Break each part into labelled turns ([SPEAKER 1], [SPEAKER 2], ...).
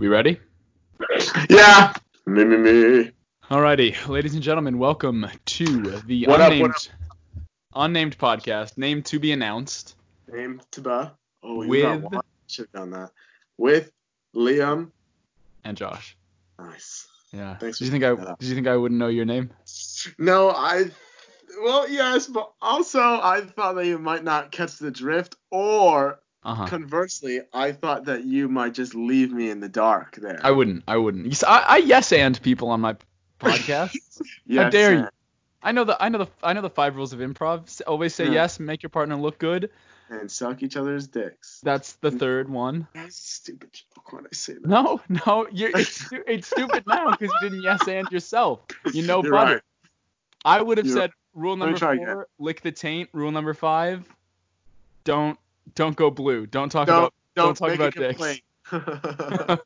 [SPEAKER 1] We ready?
[SPEAKER 2] Yeah. Me, me, me.
[SPEAKER 1] Alrighty, ladies and gentlemen, welcome to the
[SPEAKER 2] What up, what
[SPEAKER 1] unnamed, unnamed podcast, named to be announced.
[SPEAKER 2] Name Taba. Oh, you
[SPEAKER 1] With-
[SPEAKER 2] got one. Should have done that. With Liam.
[SPEAKER 1] And Josh,
[SPEAKER 2] Nice.
[SPEAKER 1] yeah.
[SPEAKER 2] Thanks
[SPEAKER 1] Did you
[SPEAKER 2] for
[SPEAKER 1] think I?
[SPEAKER 2] picking that up.
[SPEAKER 1] Did you think I wouldn't know your name?
[SPEAKER 2] No, I. Well, yes, but also I thought that you might not catch the drift, or
[SPEAKER 1] Uh huh.
[SPEAKER 2] conversely, I thought that you might just leave me in the dark there.
[SPEAKER 1] I wouldn't. I wouldn't. You s- I, I yes and people on my podcast.
[SPEAKER 2] yes,
[SPEAKER 1] how dare
[SPEAKER 2] sir.
[SPEAKER 1] you. I know the I know the I know the five rules of improv. S- Always say
[SPEAKER 2] Yeah.
[SPEAKER 1] yes, make your partner look good.
[SPEAKER 2] And suck each other's dicks.
[SPEAKER 1] That's the third one.
[SPEAKER 2] That's a stupid joke when I say that.
[SPEAKER 1] No, no, you're, it's, stu- it's stupid now because you didn't yes and yourself. You know
[SPEAKER 2] You're
[SPEAKER 1] better.
[SPEAKER 2] right.
[SPEAKER 1] I would have
[SPEAKER 2] You're-
[SPEAKER 1] said rule
[SPEAKER 2] Let me
[SPEAKER 1] number
[SPEAKER 2] try
[SPEAKER 1] four,
[SPEAKER 2] again.
[SPEAKER 1] lick the taint. Rule number five, don't don't go blue. Don't talk
[SPEAKER 2] Don't
[SPEAKER 1] about
[SPEAKER 2] Don't,
[SPEAKER 1] talk
[SPEAKER 2] make
[SPEAKER 1] about
[SPEAKER 2] a
[SPEAKER 1] dicks.
[SPEAKER 2] complaint.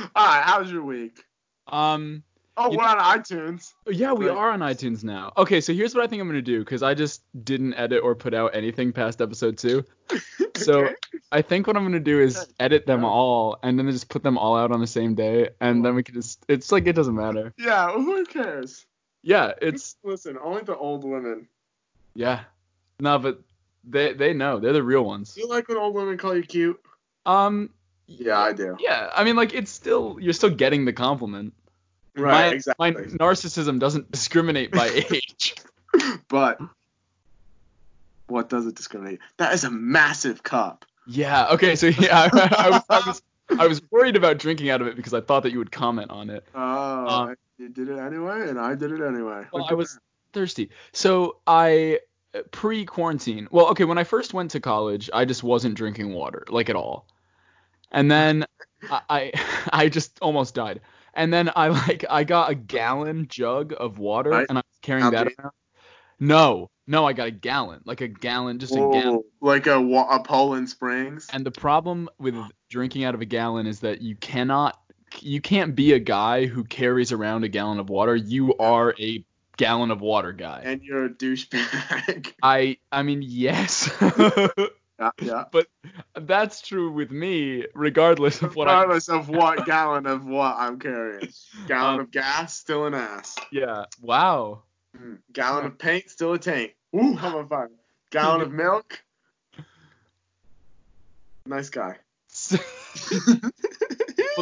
[SPEAKER 2] All right, how's your week?
[SPEAKER 1] um.
[SPEAKER 2] Oh,
[SPEAKER 1] You-
[SPEAKER 2] we're on iTunes.
[SPEAKER 1] Yeah, we
[SPEAKER 2] Right.
[SPEAKER 1] are on iTunes now. Okay, so here's what I think I'm gonna do because I just didn't edit or put out anything past episode two. So
[SPEAKER 2] Okay.
[SPEAKER 1] I think what I'm gonna do is
[SPEAKER 2] Good.
[SPEAKER 1] edit them
[SPEAKER 2] Yeah.
[SPEAKER 1] all and then just put them all out on the same day, and then we could just. It's like it doesn't matter.
[SPEAKER 2] Yeah, who cares?
[SPEAKER 1] Yeah, it's
[SPEAKER 2] Listen, only the old women.
[SPEAKER 1] yeah. No, but they they know they're the real ones.
[SPEAKER 2] Do you like when old women call you cute?
[SPEAKER 1] Um.
[SPEAKER 2] Yeah, I do.
[SPEAKER 1] Yeah, I mean, like it's still you're still getting the compliment.
[SPEAKER 2] Right,
[SPEAKER 1] my,
[SPEAKER 2] exactly.
[SPEAKER 1] My narcissism doesn't discriminate by age.
[SPEAKER 2] But what does it discriminate? That is a massive cup.
[SPEAKER 1] yeah. Okay. So yeah, I, I was, I was I was worried about drinking out of it because I thought that you would comment on it.
[SPEAKER 2] Oh,
[SPEAKER 1] Um,
[SPEAKER 2] you did it anyway, and I did it anyway.
[SPEAKER 1] Well,
[SPEAKER 2] Look
[SPEAKER 1] I
[SPEAKER 2] at
[SPEAKER 1] was thirsty. So I pre quarantine. Well, okay. When I first went to college, I just wasn't drinking water like at all. And then I I, I just almost died. And then I like I got a gallon jug of water
[SPEAKER 2] Right.
[SPEAKER 1] and I was carrying
[SPEAKER 2] How
[SPEAKER 1] that
[SPEAKER 2] big?
[SPEAKER 1] around. No, no, I got a gallon, like a gallon, just a gallon.
[SPEAKER 2] Whoa, like a, wa- a Poland Springs.
[SPEAKER 1] And the problem with drinking out of a gallon is that you cannot you can't be a guy who carries around a gallon of water. You are a gallon of water guy.
[SPEAKER 2] And you're a douchebag.
[SPEAKER 1] I I mean yes.
[SPEAKER 2] yeah, yeah.
[SPEAKER 1] That's true with me regardless of what I
[SPEAKER 2] Regardless of what gallon of what I'm carrying. Gallon
[SPEAKER 1] Um,
[SPEAKER 2] of gas, still an ass.
[SPEAKER 1] Yeah. Wow.
[SPEAKER 2] Mm, Gallon of paint, still a taint. Ooh, I'm on fire. Gallon of milk. Nice guy.
[SPEAKER 1] well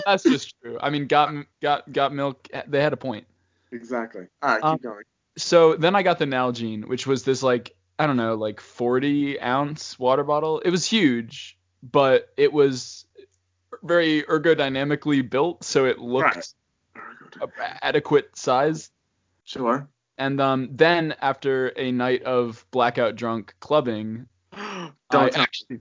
[SPEAKER 1] that's just true. I mean got got got milk they had a point.
[SPEAKER 2] exactly. All right, keep
[SPEAKER 1] Um,
[SPEAKER 2] going.
[SPEAKER 1] so then I got the Nalgene, which was this like I don't know, like 40 ounce water bottle. It was huge, but it was very ergodynamically built, so it looked
[SPEAKER 2] All right, go
[SPEAKER 1] a
[SPEAKER 2] down.
[SPEAKER 1] adequate size.
[SPEAKER 2] Sure.
[SPEAKER 1] And um, then after a night of blackout drunk clubbing,
[SPEAKER 2] Don't
[SPEAKER 1] I
[SPEAKER 2] tell-
[SPEAKER 1] actually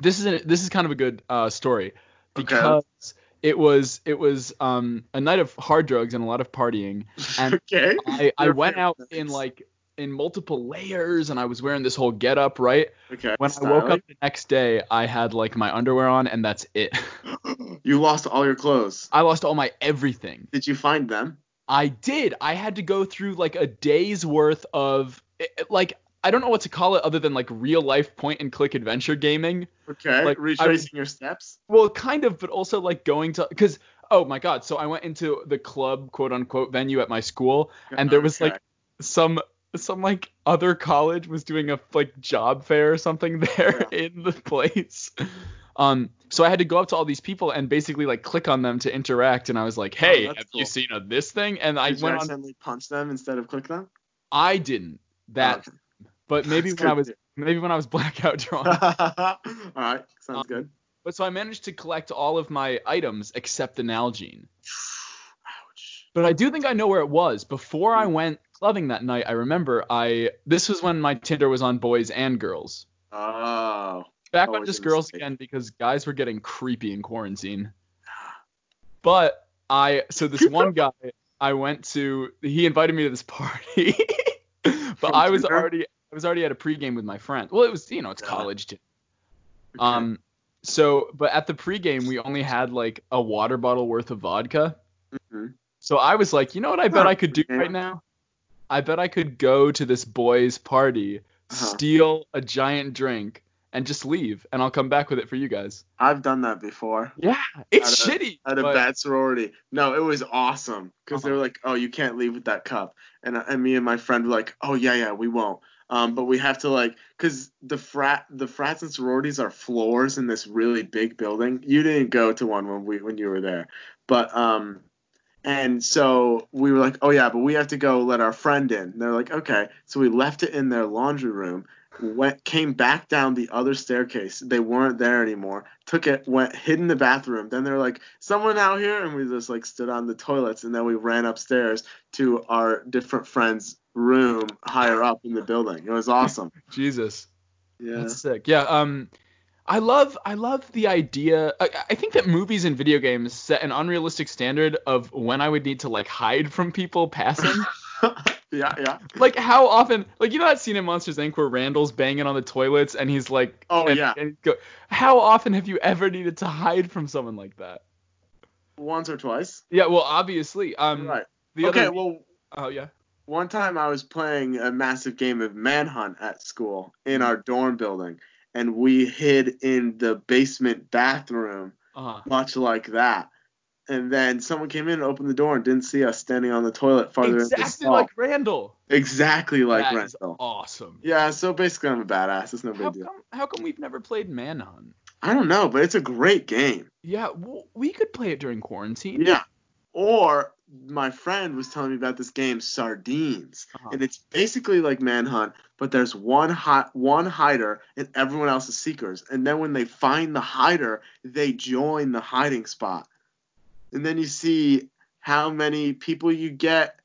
[SPEAKER 1] this is a, this is kind of a good uh, story
[SPEAKER 2] Okay.
[SPEAKER 1] because it was it was um, a night of hard drugs and a lot of partying, and
[SPEAKER 2] okay.
[SPEAKER 1] I, I
[SPEAKER 2] Your
[SPEAKER 1] went
[SPEAKER 2] favorite
[SPEAKER 1] out in
[SPEAKER 2] things.
[SPEAKER 1] like in multiple layers and I was wearing this whole get up, right?
[SPEAKER 2] Okay.
[SPEAKER 1] When I woke
[SPEAKER 2] styling.
[SPEAKER 1] up the next day, I had like my underwear on and that's it.
[SPEAKER 2] you lost all your clothes.
[SPEAKER 1] I lost all my everything.
[SPEAKER 2] Did you find them?
[SPEAKER 1] I did. I had to go through like a day's worth of it- it- like I don't know what to call it other than like real life point and click adventure gaming.
[SPEAKER 2] Okay.
[SPEAKER 1] Like, I was-
[SPEAKER 2] Retracing your steps.
[SPEAKER 1] Well, kind of, but also like going to because oh my god, so I went into the club quote unquote venue at my school And there was, like,
[SPEAKER 2] Okay.
[SPEAKER 1] some some like other college was doing a like job fair or something there in the place. Um so I had to go up to all these people and basically like click on them to interact and I was like, "Hey,
[SPEAKER 2] Oh, that's
[SPEAKER 1] have
[SPEAKER 2] cool.
[SPEAKER 1] you seen a, this thing?" And I
[SPEAKER 2] Did you
[SPEAKER 1] went on
[SPEAKER 2] accidentally punch them instead of click them?
[SPEAKER 1] I didn't that
[SPEAKER 2] Okay.
[SPEAKER 1] but maybe
[SPEAKER 2] That's
[SPEAKER 1] when I
[SPEAKER 2] good
[SPEAKER 1] was
[SPEAKER 2] to
[SPEAKER 1] maybe when I was blackout
[SPEAKER 2] do.
[SPEAKER 1] drunk.
[SPEAKER 2] Oh, all right.
[SPEAKER 1] Um,
[SPEAKER 2] Sounds good.
[SPEAKER 1] but so I managed to collect all of my items except the Nalgene.
[SPEAKER 2] Ouch.
[SPEAKER 1] But I do think I know where it was. Before
[SPEAKER 2] Hmm.
[SPEAKER 1] I went clubbing that night, I remember I this was when my Tinder was on boys and girls.
[SPEAKER 2] Oh.
[SPEAKER 1] back on
[SPEAKER 2] Always
[SPEAKER 1] just
[SPEAKER 2] a
[SPEAKER 1] girls
[SPEAKER 2] mistake.
[SPEAKER 1] again because guys were getting creepy in quarantine. But I so this one guy I went to he invited me to this party. but
[SPEAKER 2] From
[SPEAKER 1] I was
[SPEAKER 2] Tinder?
[SPEAKER 1] already I was already at a pregame with my friend. Well, it was you know, it's
[SPEAKER 2] Yeah.
[SPEAKER 1] college. dude.
[SPEAKER 2] Okay.
[SPEAKER 1] Um so but at the pregame we only had like a water bottle worth of vodka.
[SPEAKER 2] Mhm.
[SPEAKER 1] So I was like, you know what I bet
[SPEAKER 2] Huh,
[SPEAKER 1] I could do
[SPEAKER 2] yeah.
[SPEAKER 1] right now? I bet I could go to this boy's party,
[SPEAKER 2] Uh-huh.
[SPEAKER 1] steal a giant drink, and just leave, and I'll come back with it for you guys.
[SPEAKER 2] I've done that before
[SPEAKER 1] Yeah, it's
[SPEAKER 2] At
[SPEAKER 1] shitty.
[SPEAKER 2] at a
[SPEAKER 1] but-
[SPEAKER 2] bad sorority. No, it was awesome because they
[SPEAKER 1] Uh-huh.
[SPEAKER 2] were like, "Oh, you can't leave with that cup," and and me and my friend were like, "Oh yeah, yeah, we won't." Um, but we have to like, cause the frat, the frats and sororities are floors in this really big building. You didn't go to one when we when you were there, but um, and so we were like, "Oh yeah, but we have to go let our friend in." And they're like, "Okay," so we left it in their laundry room. Went came back down the other staircase. They weren't there anymore. Took it, went hid in the bathroom. Then they're like, "Someone out here!" And we just like stood on the toilets, and then we ran upstairs to our different friends' room higher up in the building. It was awesome.
[SPEAKER 1] Jesus,
[SPEAKER 2] Yeah.
[SPEAKER 1] that's sick. Yeah. Um, I love I love the idea. I, I think that movies and video games set an unrealistic standard of when I would need to like hide from people passing.
[SPEAKER 2] yeah, yeah.
[SPEAKER 1] like how often like you know that scene in monsters inc where randall's banging on the toilets and he's like
[SPEAKER 2] Oh,
[SPEAKER 1] and-
[SPEAKER 2] yeah.
[SPEAKER 1] and go, how often have you ever needed to hide from someone like that
[SPEAKER 2] Once or twice.
[SPEAKER 1] yeah well obviously um
[SPEAKER 2] right.
[SPEAKER 1] the
[SPEAKER 2] okay.
[SPEAKER 1] other
[SPEAKER 2] Well,
[SPEAKER 1] oh yeah
[SPEAKER 2] one time I was playing a massive game of Manhunt at school in our dorm building, and we hid in the basement bathroom,
[SPEAKER 1] uh-huh.
[SPEAKER 2] much like that. And then someone came in and opened the door and didn't see us standing on the toilet farther in the
[SPEAKER 1] exactly
[SPEAKER 2] stall.
[SPEAKER 1] like randall
[SPEAKER 2] exactly like
[SPEAKER 1] That is
[SPEAKER 2] Rental.
[SPEAKER 1] awesome
[SPEAKER 2] Yeah, so basically I'm a badass. It's no
[SPEAKER 1] how
[SPEAKER 2] big deal.
[SPEAKER 1] come how come we've never played manhunt
[SPEAKER 2] I don't know, but it's a great game.
[SPEAKER 1] yeah w we could play it during quarantine
[SPEAKER 2] Yeah. Or my friend was telling me about this game Sardines,
[SPEAKER 1] Uh-huh.
[SPEAKER 2] and it's basically like Manhunt, but there's one hot one hider and everyone else is seekers. And then when they find the hider, they join the hiding spot, and then you see how many people you get.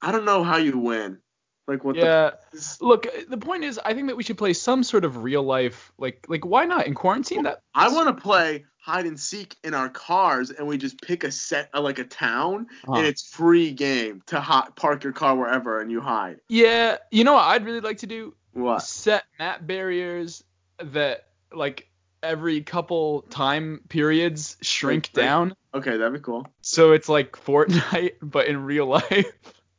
[SPEAKER 2] I don't know how you win, like what
[SPEAKER 1] yeah
[SPEAKER 2] the.
[SPEAKER 1] look uh, the point is i think that we should play some sort of real life like like why not in quarantine that
[SPEAKER 2] I want to play hide and seek in our cars, and we just pick a set, uh, like a town,
[SPEAKER 1] Huh.
[SPEAKER 2] and it's free game to hi- park your car wherever and you hide.
[SPEAKER 1] yeah you know what i'd really like to do
[SPEAKER 2] What?
[SPEAKER 1] set map barriers that like every couple time periods shrink
[SPEAKER 2] Like, right-
[SPEAKER 1] down
[SPEAKER 2] Okay, that'd be cool.
[SPEAKER 1] so it's like Fortnite but in real life.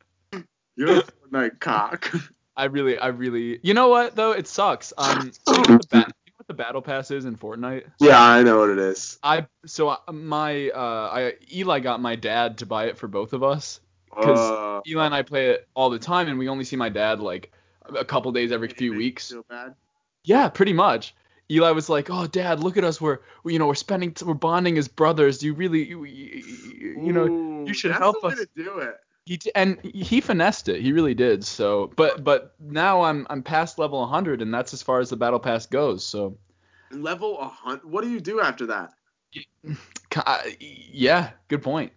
[SPEAKER 2] You're a Fortnite cock.
[SPEAKER 1] I really I really You know what though? It sucks. Um you know what the, ba- you know what the battle pass is in Fortnite?
[SPEAKER 2] Yeah, I know what it is.
[SPEAKER 1] I so I, my uh I Eli got my dad to buy it for both of us. 'Cause
[SPEAKER 2] Uh,
[SPEAKER 1] Eli and I play it all the time and we only see my dad like a couple days every few
[SPEAKER 2] makes you
[SPEAKER 1] weeks.
[SPEAKER 2] feel bad.
[SPEAKER 1] Yeah, pretty much. Eli was like, "Oh, Dad, look at us. We're, we, you know, we're spending, we're bonding as brothers. You really, you, you, you know."
[SPEAKER 2] Ooh,
[SPEAKER 1] you should
[SPEAKER 2] that's
[SPEAKER 1] help
[SPEAKER 2] the
[SPEAKER 1] us.
[SPEAKER 2] Way to do it.
[SPEAKER 1] He d- and he finessed it. He really did. So, but but now I'm I'm past level 100, and that's as far as the battle pass goes. So,
[SPEAKER 2] Level a hunt. What do you do after that?
[SPEAKER 1] ca- I- yeah, good point.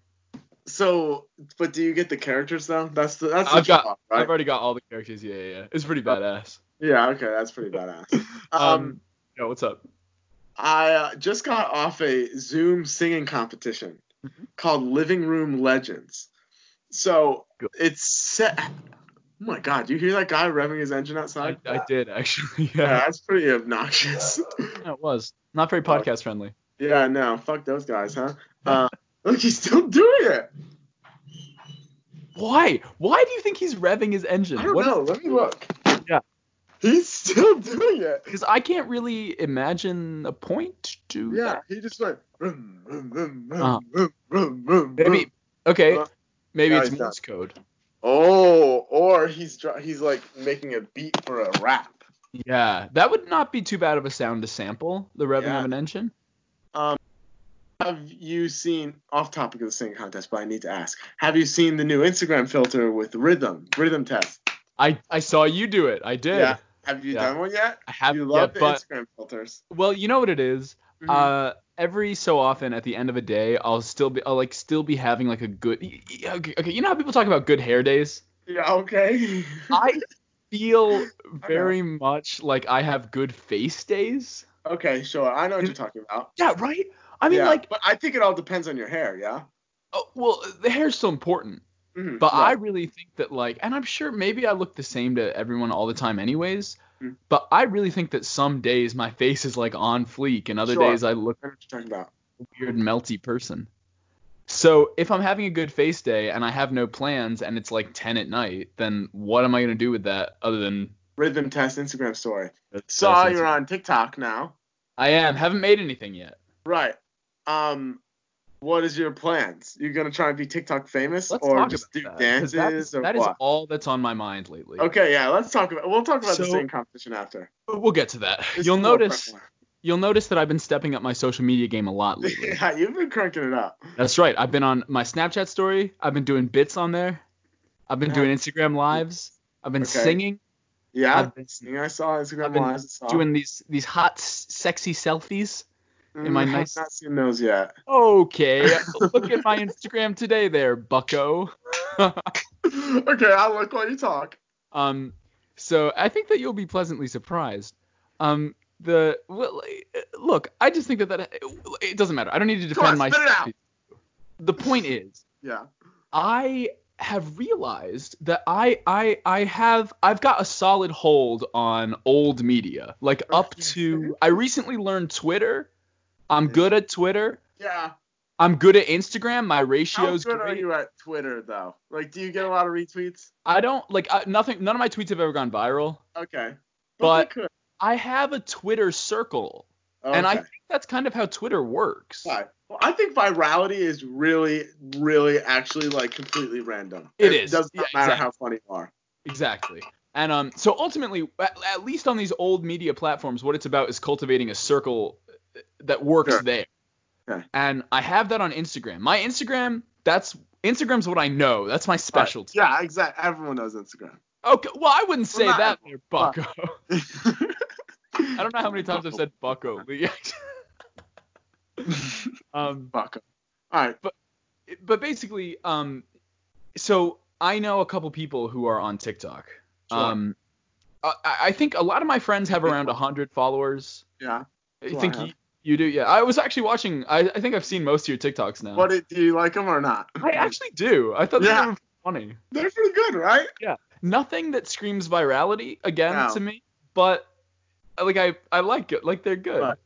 [SPEAKER 2] So, but do you get the characters though? That's the that's the
[SPEAKER 1] I've got-
[SPEAKER 2] job,
[SPEAKER 1] I've
[SPEAKER 2] right?
[SPEAKER 1] already got all the characters. Yeah, yeah, yeah. It's pretty badass.
[SPEAKER 2] Yeah. Okay, that's pretty badass.
[SPEAKER 1] Um,
[SPEAKER 2] um,
[SPEAKER 1] yeah, what's up?
[SPEAKER 2] I uh, just got off a Zoom singing competition
[SPEAKER 1] Mm-hmm.
[SPEAKER 2] called Living Room Legends. So
[SPEAKER 1] Good.
[SPEAKER 2] it's set. Oh my god, do you hear that guy revving his engine
[SPEAKER 1] I,
[SPEAKER 2] outside?
[SPEAKER 1] I did actually.
[SPEAKER 2] yeah,
[SPEAKER 1] Yeah,
[SPEAKER 2] that's pretty obnoxious.
[SPEAKER 1] it was not very podcast friendly.
[SPEAKER 2] yeah, no, fuck those guys, huh? Uh, look, he's still doing it.
[SPEAKER 1] Why? Why do you think he's revving his engine?
[SPEAKER 2] I don't
[SPEAKER 1] What is-
[SPEAKER 2] know. Let me look.
[SPEAKER 1] Yeah.
[SPEAKER 2] He's still doing it.
[SPEAKER 1] Because I can't really imagine a point to
[SPEAKER 2] Yeah,
[SPEAKER 1] that.
[SPEAKER 2] he just went. "Vroom, vroom, vroom, vroom,
[SPEAKER 1] Uh-huh.
[SPEAKER 2] vroom, vroom, vroom, vroom."
[SPEAKER 1] Maybe okay.
[SPEAKER 2] Uh,
[SPEAKER 1] Maybe
[SPEAKER 2] yeah,
[SPEAKER 1] it's
[SPEAKER 2] he's done.
[SPEAKER 1] Morse code.
[SPEAKER 2] Oh, or he's dr- he's like making a beat for a rap.
[SPEAKER 1] Yeah, that would not be too bad of a sound to sample the revving
[SPEAKER 2] Yeah.
[SPEAKER 1] of an engine.
[SPEAKER 2] Have you seen off topic of the singing contest, but I need to ask. Have you seen the new Instagram filter with rhythm, rhythm test?
[SPEAKER 1] I I saw you do it. I did.
[SPEAKER 2] Yeah. Have you
[SPEAKER 1] Yeah.
[SPEAKER 2] done one yet?
[SPEAKER 1] I have.
[SPEAKER 2] you Mm-hmm.
[SPEAKER 1] yeah,
[SPEAKER 2] love the
[SPEAKER 1] but
[SPEAKER 2] Instagram filters.
[SPEAKER 1] well, you know what it is. Uh, every so often at the end of a day, I'll still be I'll like still be having like a good. Okay, okay you know how people talk about good hair days.
[SPEAKER 2] yeah, okay.
[SPEAKER 1] I feel very much like I have good face days.
[SPEAKER 2] okay, sure. I know what you're talking about.
[SPEAKER 1] Yeah, right. I mean,
[SPEAKER 2] Yeah,
[SPEAKER 1] like,
[SPEAKER 2] but I think it all depends on your hair, yeah.
[SPEAKER 1] oh, well, the hair's so important.
[SPEAKER 2] Mhm,
[SPEAKER 1] But I
[SPEAKER 2] right.
[SPEAKER 1] really think that like, and I'm sure maybe I look the same to everyone all the time, anyways.
[SPEAKER 2] Mm.
[SPEAKER 1] But I really think that some days my face is like on fleek, and other
[SPEAKER 2] Sure.
[SPEAKER 1] days I look
[SPEAKER 2] I know what you're talking about.
[SPEAKER 1] a weird, melty person. So if I'm having a good face day and I have no plans, and it's like 10 at night, then what am I gonna do with that other than
[SPEAKER 2] Rhythm Test Instagram story.
[SPEAKER 3] That's-
[SPEAKER 2] Saw
[SPEAKER 3] that's-
[SPEAKER 2] you're on TikTok now.
[SPEAKER 1] I am. Haven't made anything yet.
[SPEAKER 2] Right. Um, what is your plans? You gonna try and be TikTok famous,
[SPEAKER 1] Let's
[SPEAKER 2] or
[SPEAKER 1] talk
[SPEAKER 2] just do
[SPEAKER 1] about that. 'cause
[SPEAKER 2] dances,
[SPEAKER 1] That is,
[SPEAKER 2] or
[SPEAKER 1] that is
[SPEAKER 2] what?
[SPEAKER 1] all that's on my mind lately.
[SPEAKER 2] Okay, yeah, let's talk about. We'll talk about the
[SPEAKER 3] So-
[SPEAKER 2] singing competition after.
[SPEAKER 1] We'll get to that.
[SPEAKER 2] This
[SPEAKER 1] You'll
[SPEAKER 2] is more
[SPEAKER 1] notice
[SPEAKER 2] prevalent.
[SPEAKER 1] you'll notice that I've been stepping up my social media game a lot lately.
[SPEAKER 2] yeah, you've been cranking it up.
[SPEAKER 1] That's right. I've been on my Snapchat story. I've been doing bits on there. I've been
[SPEAKER 2] Yeah.
[SPEAKER 1] doing Instagram lives. I've been
[SPEAKER 2] Okay.
[SPEAKER 1] singing,
[SPEAKER 2] Yeah,
[SPEAKER 1] I've been-
[SPEAKER 2] yeah, I saw Instagram
[SPEAKER 1] I've been
[SPEAKER 2] lives. I saw.
[SPEAKER 1] doing these these hot s- sexy selfies.
[SPEAKER 2] Mm,
[SPEAKER 1] am I
[SPEAKER 2] I've
[SPEAKER 1] nice?
[SPEAKER 2] Not seen those yet.
[SPEAKER 1] Okay, look at my Instagram today there, bucko.
[SPEAKER 2] okay, I'll look while you talk.
[SPEAKER 1] Um so I think that you'll be pleasantly surprised. Um the well, eh, look, I just think that that it doesn't matter. I don't need to
[SPEAKER 2] Come on,
[SPEAKER 1] defend my
[SPEAKER 2] spit it out.
[SPEAKER 1] The point is
[SPEAKER 2] Yeah.
[SPEAKER 1] I have realized that I I I have I've got a solid hold on old media. Like up to I recently learned Twitter. I'm good at Twitter.
[SPEAKER 2] Yeah.
[SPEAKER 1] I'm good at Instagram. My
[SPEAKER 2] How
[SPEAKER 1] ratio's
[SPEAKER 2] good are
[SPEAKER 1] great.
[SPEAKER 2] you at Twitter though? Like, do you get a lot of retweets?
[SPEAKER 1] I don't like I, nothing. None of my tweets have ever gone viral.
[SPEAKER 2] Okay.
[SPEAKER 1] But-
[SPEAKER 2] they could.
[SPEAKER 1] I have a Twitter circle,
[SPEAKER 2] okay.
[SPEAKER 1] and I think that's kind of how Twitter works.
[SPEAKER 2] Why? Well, I think virality is really, really, actually like completely random.
[SPEAKER 1] It is.
[SPEAKER 2] does not
[SPEAKER 1] Yeah,
[SPEAKER 2] matter
[SPEAKER 1] exactly.
[SPEAKER 2] how funny you are.
[SPEAKER 1] Exactly. And um, so ultimately, at, at least on these old media platforms, what it's about is cultivating a circle uh, that works
[SPEAKER 2] Sure.
[SPEAKER 1] there.
[SPEAKER 2] Okay.
[SPEAKER 1] And I have that on Instagram. My Instagram, that's Instagram's what I know. That's my specialty.
[SPEAKER 2] Yeah, exactly. Everyone knows Instagram.
[SPEAKER 1] Okay. Well, I wouldn't say
[SPEAKER 2] not
[SPEAKER 1] that, there,
[SPEAKER 2] everyone, but-
[SPEAKER 1] Bucko. I don't know how many times I've said Bucko. but yeah. um,
[SPEAKER 2] Bucko. All right.
[SPEAKER 1] but basically, um, so I know a couple people who are on TikTok.
[SPEAKER 2] Sure.
[SPEAKER 1] Um, I, I think a lot of my friends have around 100 followers.
[SPEAKER 2] Yeah.
[SPEAKER 1] I
[SPEAKER 2] Do I
[SPEAKER 1] think
[SPEAKER 2] have-
[SPEAKER 1] you, you do. Yeah, I was actually watching. I, I think I've seen most of your TikToks now.
[SPEAKER 2] What do do you like them or not?
[SPEAKER 1] I actually do. I thought
[SPEAKER 2] Yeah.
[SPEAKER 1] they were funny.
[SPEAKER 2] They're pretty good, right?
[SPEAKER 1] Nothing that screams virality again
[SPEAKER 2] No.
[SPEAKER 1] to me, but uh, like I I like it. Like they're good.
[SPEAKER 2] Right.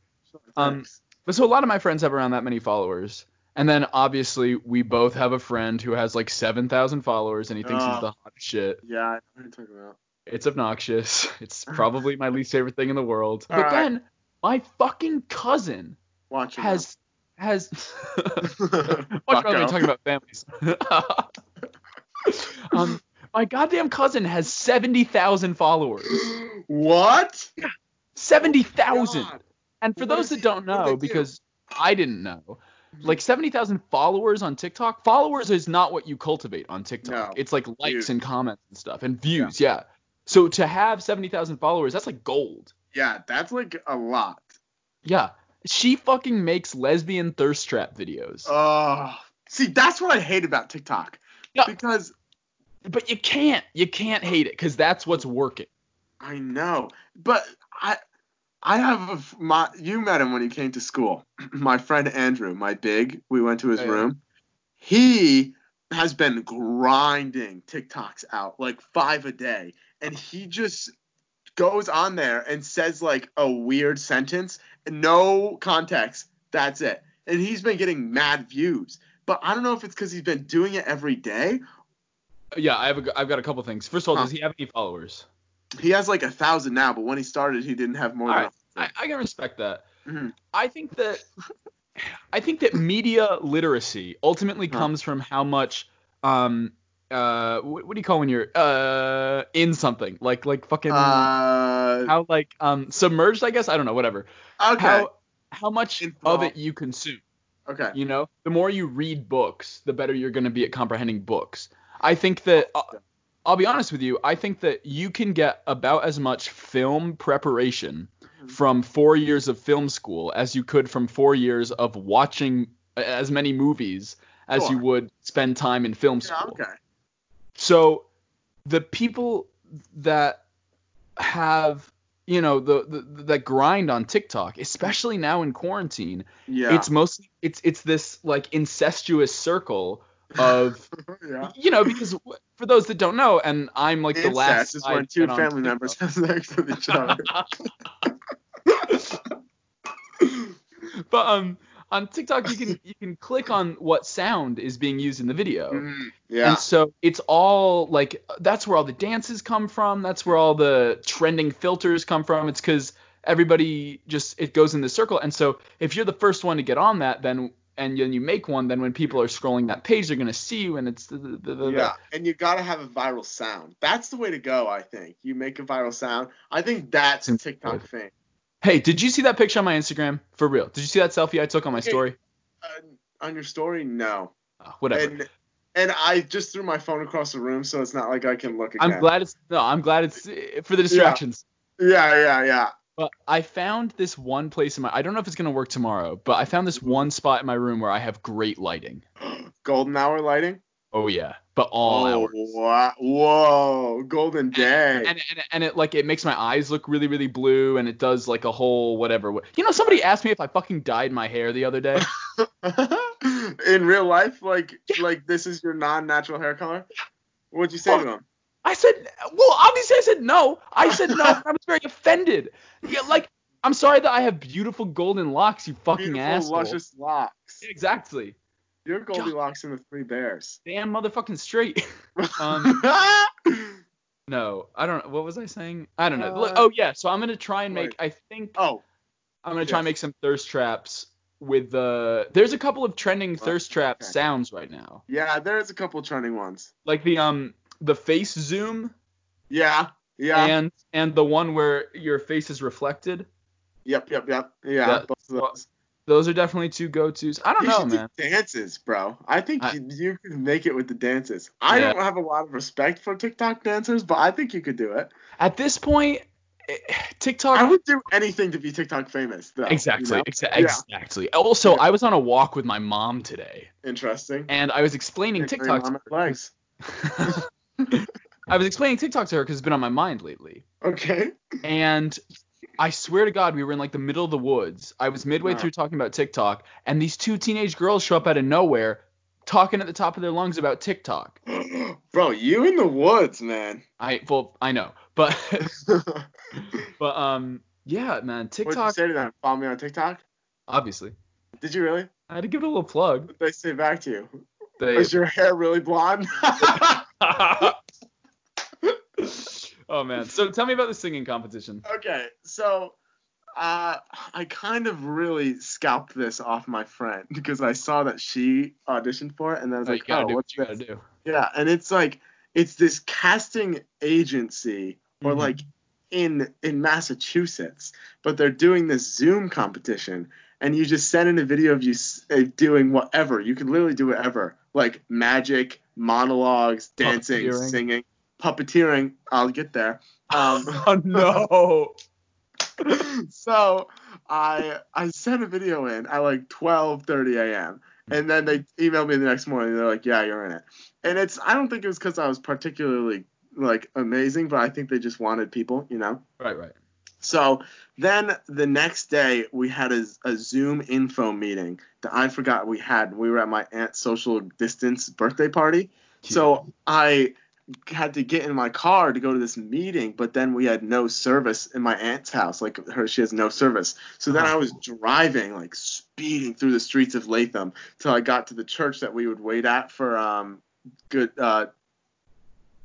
[SPEAKER 1] Um,
[SPEAKER 2] Thanks.
[SPEAKER 1] But so a lot of my friends have around that many followers. And then obviously we both have a friend who has like 7,000 followers and he thinks he's
[SPEAKER 2] Oh.
[SPEAKER 1] the hot shit.
[SPEAKER 2] yeah, I know what you're talking about.
[SPEAKER 1] It's obnoxious. It's probably my least favorite thing in the world.
[SPEAKER 2] All
[SPEAKER 1] but
[SPEAKER 2] right.
[SPEAKER 1] then my fucking cousin
[SPEAKER 2] Watching
[SPEAKER 1] has has
[SPEAKER 2] them.
[SPEAKER 1] Much rather
[SPEAKER 2] Bucko.
[SPEAKER 1] than talking about families. um, my goddamn cousin has 70,000 followers.
[SPEAKER 2] what?
[SPEAKER 1] 70,000!
[SPEAKER 2] God.
[SPEAKER 1] And for
[SPEAKER 2] What
[SPEAKER 1] those
[SPEAKER 2] is
[SPEAKER 1] that
[SPEAKER 2] he-
[SPEAKER 1] don't
[SPEAKER 2] what do they
[SPEAKER 1] know,
[SPEAKER 2] do?
[SPEAKER 1] because I didn't know,
[SPEAKER 2] Mm-hmm.
[SPEAKER 1] like 70,000 followers on TikTok, followers is not what you cultivate on TikTok.
[SPEAKER 2] No.
[SPEAKER 1] It's like likes
[SPEAKER 2] Views.
[SPEAKER 1] and comments and stuff, and views, yeah. So to have 70,000 followers, that's like gold.
[SPEAKER 2] Yeah, that's like a lot.
[SPEAKER 1] Yeah. She fucking makes lesbian thirst trap videos.
[SPEAKER 2] Oh, see, that's what I hate about TikTok.
[SPEAKER 1] Yeah.
[SPEAKER 2] Because
[SPEAKER 1] but you can't. You can't hate it because that's what's working.
[SPEAKER 2] I know, but I, I have a f my. You met him when you came to school. my friend Andrew, my big. We went to his
[SPEAKER 1] Oh, yeah.
[SPEAKER 2] room. He has been grinding TikToks out like five a day, and he just goes on there and says like a weird sentence, no context. That's it. And he's been getting mad views. But I don't know if it's because he's been doing it every day.
[SPEAKER 1] Yeah, I have a, I've got a couple things. First of all,
[SPEAKER 2] Huh.
[SPEAKER 1] does he have any followers?
[SPEAKER 2] He has like a thousand now, but when he started, he didn't have more
[SPEAKER 1] All
[SPEAKER 2] than.
[SPEAKER 1] right. I, I can respect that.
[SPEAKER 2] Mhm.
[SPEAKER 1] I think that I think that media literacy ultimately
[SPEAKER 2] Huh.
[SPEAKER 1] comes from how much um uh what, what do you call when you're uh in something like like fucking
[SPEAKER 2] Uh,
[SPEAKER 1] how like um submerged I guess I don't know whatever
[SPEAKER 2] okay.
[SPEAKER 1] how how much of
[SPEAKER 2] Enthralled.
[SPEAKER 1] it you consume
[SPEAKER 2] okay.
[SPEAKER 1] you know the more you read books the better you're going to be at comprehending books i think that uh, i'll be honest with you i think that you can get about as much film preparation
[SPEAKER 2] Mhm.
[SPEAKER 1] from four years of film school as you could from four years of watching uh, as many movies as you
[SPEAKER 2] Sure.
[SPEAKER 1] would spend time in film
[SPEAKER 2] Yeah,
[SPEAKER 1] school
[SPEAKER 2] okay.
[SPEAKER 1] so the people that have you know the, the that grind on tiktok especially now in quarantine
[SPEAKER 2] Yeah.
[SPEAKER 1] it's mostly it's it's this like incestuous circle of
[SPEAKER 2] Oh, yeah.
[SPEAKER 1] you know because w- for those that don't know and I'm like the
[SPEAKER 2] Incest
[SPEAKER 1] last
[SPEAKER 2] is
[SPEAKER 1] guy
[SPEAKER 2] when
[SPEAKER 1] to
[SPEAKER 2] two
[SPEAKER 1] get on
[SPEAKER 2] family
[SPEAKER 1] TikTok.
[SPEAKER 2] members have sex with each other.
[SPEAKER 1] but um on TikTok you can you can click on what sound is being used in the video.
[SPEAKER 2] Mm, yeah.
[SPEAKER 1] Mm-hmm. And so it's all like that's where all the dances come from. That's where all the trending filters come from. It's because everybody just it goes in this circle. And so if you're the first one to get on that, then and then you make one, then when people are scrolling that page, they're gonna see you, and it's the, the, the, the-
[SPEAKER 2] Yeah, and you gotta have a viral sound. That's the way to go, I think. You make a viral sound. I think that's
[SPEAKER 1] Simple.
[SPEAKER 2] TikTok fame.
[SPEAKER 1] Hey, did you see that picture on my Instagram? For real? Did you see that selfie I took on my
[SPEAKER 2] Okay.
[SPEAKER 1] story?
[SPEAKER 2] Uh, on your story, no.
[SPEAKER 1] Ah, whatever.
[SPEAKER 2] And and I just threw my phone across the room, so it's not like I can look again.
[SPEAKER 1] I'm glad it's no. I'm glad it's eh, for the distractions.
[SPEAKER 2] Yeah, yeah, yeah.
[SPEAKER 1] But I found this one place in my I don't know if it's gonna work tomorrow, but I found this
[SPEAKER 2] Mm-hmm.
[SPEAKER 1] one spot in my room where I have great lighting.
[SPEAKER 2] Golden hour lighting.
[SPEAKER 1] Oh yeah. But all
[SPEAKER 2] oh,
[SPEAKER 1] hours.
[SPEAKER 2] wa- whoa, golden day.
[SPEAKER 1] And, and, and it like it makes my eyes look really really blue and it does like a whole whatever you know somebody asked me if i fucking dyed my hair the other day
[SPEAKER 2] In real life, like
[SPEAKER 1] Yeah.
[SPEAKER 2] like this is your non-natural hair color. What'd you say to him?
[SPEAKER 1] i said well obviously i said no i said no i was very offended yeah like i'm sorry that i have beautiful golden locks you fucking
[SPEAKER 2] Beautiful,
[SPEAKER 1] asshole
[SPEAKER 2] luscious locks.
[SPEAKER 1] exactly
[SPEAKER 2] Your Goldilocks and the Three Bears.
[SPEAKER 1] damn motherfucking straight um no i don't what was i saying i don't know Look-
[SPEAKER 2] Uh,
[SPEAKER 1] oh yeah so i'm gonna try and make i think
[SPEAKER 2] oh,
[SPEAKER 1] I'm gonna try and
[SPEAKER 2] Yes.
[SPEAKER 1] make some thirst traps with the. There's a couple of trending
[SPEAKER 2] Oh,
[SPEAKER 1] thirst trap
[SPEAKER 2] okay.
[SPEAKER 1] sounds right now,
[SPEAKER 2] yeah, there's a couple trending ones.
[SPEAKER 1] like the um the face zoom
[SPEAKER 2] Yeah, yeah.
[SPEAKER 1] and and the one where your face is reflected.
[SPEAKER 2] Yep, yep, yep. Yeah,
[SPEAKER 1] That-
[SPEAKER 2] both of those.
[SPEAKER 1] Those are definitely two go tos. I don't
[SPEAKER 2] you
[SPEAKER 1] know,
[SPEAKER 2] should
[SPEAKER 1] man.
[SPEAKER 2] do dances, bro. I think
[SPEAKER 1] I-
[SPEAKER 2] you, you could make it with the dances. I
[SPEAKER 1] Yeah.
[SPEAKER 2] don't have a lot of respect for TikTok dancers, but I think you could do it.
[SPEAKER 1] At this point, eh, TikTok.
[SPEAKER 2] I would do anything to be TikTok famous, though. you
[SPEAKER 1] Exactly.
[SPEAKER 2] know?
[SPEAKER 1] exa-
[SPEAKER 2] Yeah.
[SPEAKER 1] Exactly. Also,
[SPEAKER 2] Yeah.
[SPEAKER 1] I was on a walk with my mom today,
[SPEAKER 2] Interesting.
[SPEAKER 1] and I was explaining
[SPEAKER 2] Thank you,
[SPEAKER 1] TikTok.
[SPEAKER 2] Mama Legs.
[SPEAKER 1] To I was explaining TikTok to her because it's been on my mind lately.
[SPEAKER 2] Okay.
[SPEAKER 1] and I swear to God, we were in like the middle of the woods. I was midway
[SPEAKER 2] Wow.
[SPEAKER 1] through talking about TikTok, and these two teenage girls show up out of nowhere, talking at the top of their lungs about TikTok.
[SPEAKER 2] bro, you in the woods, man.
[SPEAKER 1] I well, I know, but but um, yeah, man,
[SPEAKER 2] What'd you
[SPEAKER 1] TikTok.
[SPEAKER 2] say to them? Follow me on TikTok?
[SPEAKER 1] Obviously,
[SPEAKER 2] Did you really?
[SPEAKER 1] I had to give it a little plug.
[SPEAKER 2] What'd they say back to you?
[SPEAKER 1] They-
[SPEAKER 2] Is your hair really blonde?
[SPEAKER 1] oh man, so tell me about the singing competition.
[SPEAKER 2] okay, so uh, I kind of really scalped this off my friend because I saw that she auditioned for it, and then I was
[SPEAKER 1] Oh, you
[SPEAKER 2] like,
[SPEAKER 1] gotta
[SPEAKER 2] oh,
[SPEAKER 1] do
[SPEAKER 2] what's
[SPEAKER 1] what you
[SPEAKER 2] this?
[SPEAKER 1] gotta do.
[SPEAKER 2] Yeah, and it's like it's this casting agency or
[SPEAKER 1] Mhm.
[SPEAKER 2] like in in Massachusetts, but they're doing this Zoom competition and you just send in a video of you s- uh, doing whatever. You can literally do whatever, like magic, monologues, dancing,
[SPEAKER 1] Puppeteering.
[SPEAKER 2] singing, puppeteering. I'll get there. Um
[SPEAKER 1] Oh no.
[SPEAKER 2] so I I sent a video in at like 12:30 a.m. and then they emailed me the next morning. They're like, "Yeah, you're in it." And it's I don't think it was because I was particularly like amazing, but I think they just wanted people, you know.
[SPEAKER 1] Right, right.
[SPEAKER 2] So then the next day we had a, a Zoom info meeting that I forgot we had. We were at my aunt's social distance birthday party. So I had to get in my car to go to this meeting, but then we had no service in my aunt's house. Like her, she has no service. So
[SPEAKER 1] Uh-huh.
[SPEAKER 2] then I was driving, like speeding through the streets of Latham till I got to the church that we would wait at for um good uh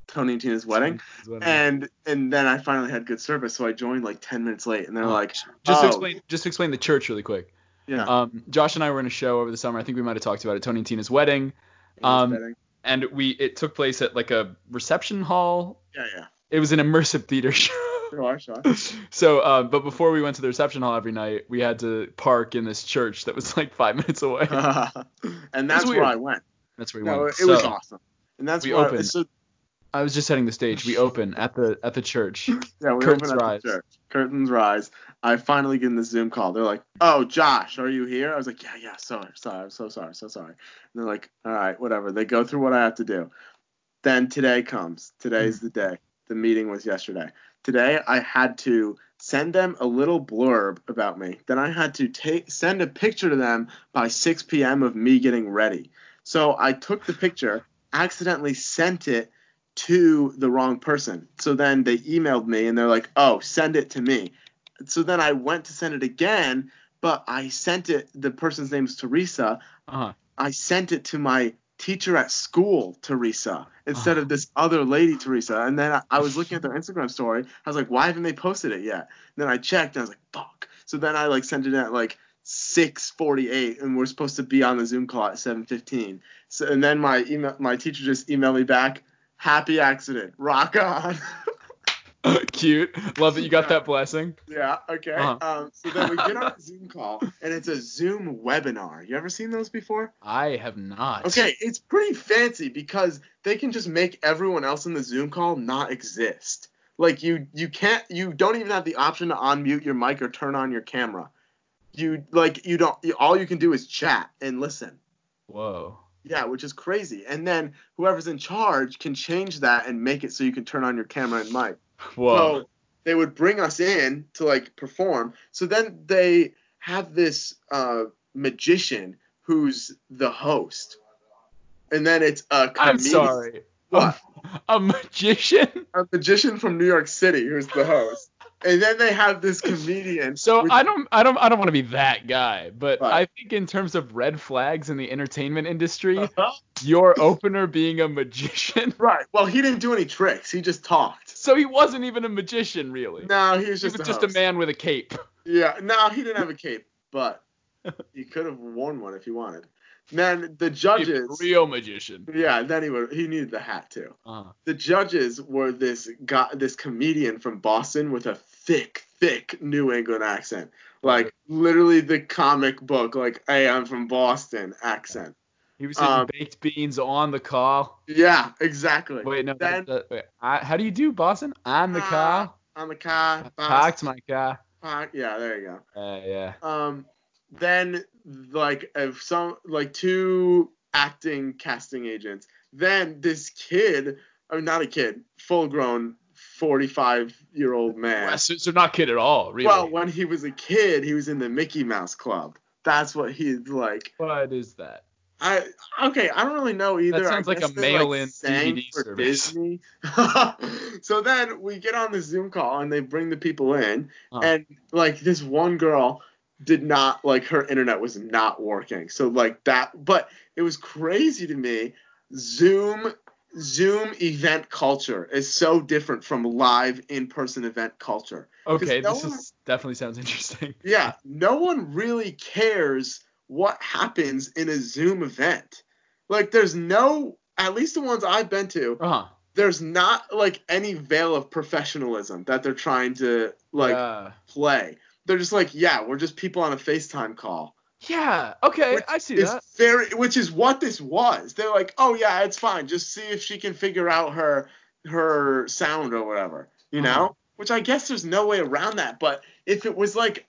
[SPEAKER 2] Tony and Tina's wedding and and then I finally had good service, so I joined like ten minutes late, and they're
[SPEAKER 1] Oh,
[SPEAKER 2] like,
[SPEAKER 1] just
[SPEAKER 2] oh,
[SPEAKER 1] to explain just to explain the church really quick
[SPEAKER 2] yeah,
[SPEAKER 1] um, josh and i were in a show over the summer i think we might have talked about it tony and tina's wedding um,
[SPEAKER 2] yeah,
[SPEAKER 1] and we it took place at like a reception hall
[SPEAKER 2] yeah,
[SPEAKER 1] it was an immersive theater show
[SPEAKER 2] sure, sure.
[SPEAKER 1] so uh, but before we went to the reception hall every night we had to park in this church that was like five minutes away
[SPEAKER 2] and that's
[SPEAKER 1] weird.
[SPEAKER 2] where I went.
[SPEAKER 1] that's where we
[SPEAKER 2] Uh-huh. No,
[SPEAKER 1] went
[SPEAKER 2] it was
[SPEAKER 1] So,
[SPEAKER 2] awesome, and that's
[SPEAKER 1] we
[SPEAKER 2] where
[SPEAKER 1] opened-
[SPEAKER 2] so
[SPEAKER 1] i was just setting the stage we open at the at the church
[SPEAKER 2] yeah, we
[SPEAKER 1] Curtains
[SPEAKER 2] opened up
[SPEAKER 1] rise.
[SPEAKER 2] the church. Curtains rise. I finally get in the Zoom call. They're like, "Oh, Josh, are you here?" I was like, "Yeah, yeah, sorry, sorry, I'm so sorry, so sorry." And they're like, "All right, whatever." They go through what I have to do. Then today comes. Today's
[SPEAKER 1] Mm.
[SPEAKER 2] the day. The meeting was yesterday. Today I had to send them a little blurb about me. Then I had to take send a picture to them by 6 p.m. of me getting ready. So I took the picture, accidentally sent it to the wrong person. So then they emailed me and they're like, "Oh, send it to me." So then I went to send it again, But I sent it. The person's name's Teresa.
[SPEAKER 1] Uh-huh.
[SPEAKER 2] I sent it to my teacher at school, Teresa, instead of this other lady, Teresa. And then I, I was looking at their Instagram story. I was like, why haven't they posted it yet? And then I checked and I was like, fuck. So then I like sent it at like 6:48, and we're supposed to be on the Zoom call at 7:15. So and then my email, my teacher just emailed me back, happy accident, rock on.
[SPEAKER 1] Cute. Love that you got that blessing.
[SPEAKER 2] yeah. Okay.
[SPEAKER 1] Uh-huh.
[SPEAKER 2] Um, so then we get on a Zoom call, and it's a Zoom webinar. You ever seen those before?
[SPEAKER 1] I have not.
[SPEAKER 2] Okay, it's pretty fancy because they can just make everyone else in the Zoom call not exist. Like you you can't you don't even have the option to unmute your mic or turn on your camera. You like you don't you, all you can do is chat and listen.
[SPEAKER 1] Whoa.
[SPEAKER 2] Yeah, which is crazy. And then whoever's in charge can change that and make it so you can turn on your camera and mic.
[SPEAKER 1] Whoa.
[SPEAKER 2] So they would bring us in to like perform. So then they have this uh, magician who's the host, and then it's a
[SPEAKER 1] I'm
[SPEAKER 2] comedian-
[SPEAKER 1] sorry.
[SPEAKER 2] What?
[SPEAKER 1] A magician?
[SPEAKER 2] a magician from New York City who's the host, and then they have this comedian.
[SPEAKER 1] So
[SPEAKER 2] with-
[SPEAKER 1] I don't I don't I don't want to be that guy, but
[SPEAKER 2] Right.
[SPEAKER 1] I think in terms of red flags in the entertainment industry,
[SPEAKER 2] Uh-huh.
[SPEAKER 1] your opener being a magician.
[SPEAKER 2] right. Well, he didn't do any tricks. He just talked.
[SPEAKER 1] So he wasn't even a magician really.
[SPEAKER 2] No, he was
[SPEAKER 1] he
[SPEAKER 2] just
[SPEAKER 1] was
[SPEAKER 2] a
[SPEAKER 1] just a
[SPEAKER 2] host.
[SPEAKER 1] man with a cape.
[SPEAKER 2] Yeah, no, he didn't have a cape, but he could have worn one if he wanted. Then the
[SPEAKER 1] He'd be a
[SPEAKER 2] judges.
[SPEAKER 1] real magician.
[SPEAKER 2] Yeah, then he would, he needed the hat too.
[SPEAKER 1] Uh,
[SPEAKER 2] the judges were this guy, this comedian from Boston with a thick, thick New England accent, like literally the comic book, like "Hey, I'm from Boston" accent.
[SPEAKER 1] he was eating
[SPEAKER 2] Um,
[SPEAKER 1] baked beans on the call.
[SPEAKER 2] Yeah, exactly.
[SPEAKER 1] Wait, no.
[SPEAKER 2] then-
[SPEAKER 1] that- that- wait, I, how do you do, Boston? On the
[SPEAKER 2] Ah,
[SPEAKER 1] car.
[SPEAKER 2] On the car,
[SPEAKER 1] Parked my car.
[SPEAKER 2] park- Yeah, there you go.
[SPEAKER 1] Uh, yeah.
[SPEAKER 2] Um, then like if some like two acting casting agents. Then this kid, I mean not a kid, full grown, forty five year old man.
[SPEAKER 1] Well, So, so not kid at all, really.
[SPEAKER 2] Well, when he was a kid, he was in the Mickey Mouse Club. That's what he's like.
[SPEAKER 1] what is that?
[SPEAKER 2] I okay, I don't really know either.
[SPEAKER 1] That sounds
[SPEAKER 2] I
[SPEAKER 1] like a
[SPEAKER 2] guess they,
[SPEAKER 1] mail-in
[SPEAKER 2] sang
[SPEAKER 1] DVD
[SPEAKER 2] for
[SPEAKER 1] service.
[SPEAKER 2] Disney. so then we get on the Zoom call and they bring the people in,
[SPEAKER 1] Huh.
[SPEAKER 2] and like this one girl did not like her internet was not working. So like that, but it was crazy to me. Zoom Zoom event culture is so different from live in-person event culture.
[SPEAKER 1] Okay,
[SPEAKER 2] no
[SPEAKER 1] this
[SPEAKER 2] one-
[SPEAKER 1] is definitely sounds interesting.
[SPEAKER 2] Yeah, no one really cares what happens in a Zoom event. Like, there's no, at least the ones I've been to,
[SPEAKER 1] Uh-huh.
[SPEAKER 2] there's not like any veil of professionalism that they're trying to like
[SPEAKER 1] yeah.
[SPEAKER 2] play. They're just like, yeah, we're just people on a FaceTime call.
[SPEAKER 1] Yeah, Okay,
[SPEAKER 2] Which
[SPEAKER 1] I see
[SPEAKER 2] It's
[SPEAKER 1] that.
[SPEAKER 2] very, which is what this was. They're like, oh yeah, it's fine. Just see if she can figure out her her sound or whatever, you
[SPEAKER 1] Uh-huh.
[SPEAKER 2] know. Which I guess there's no way around that. But if it was like,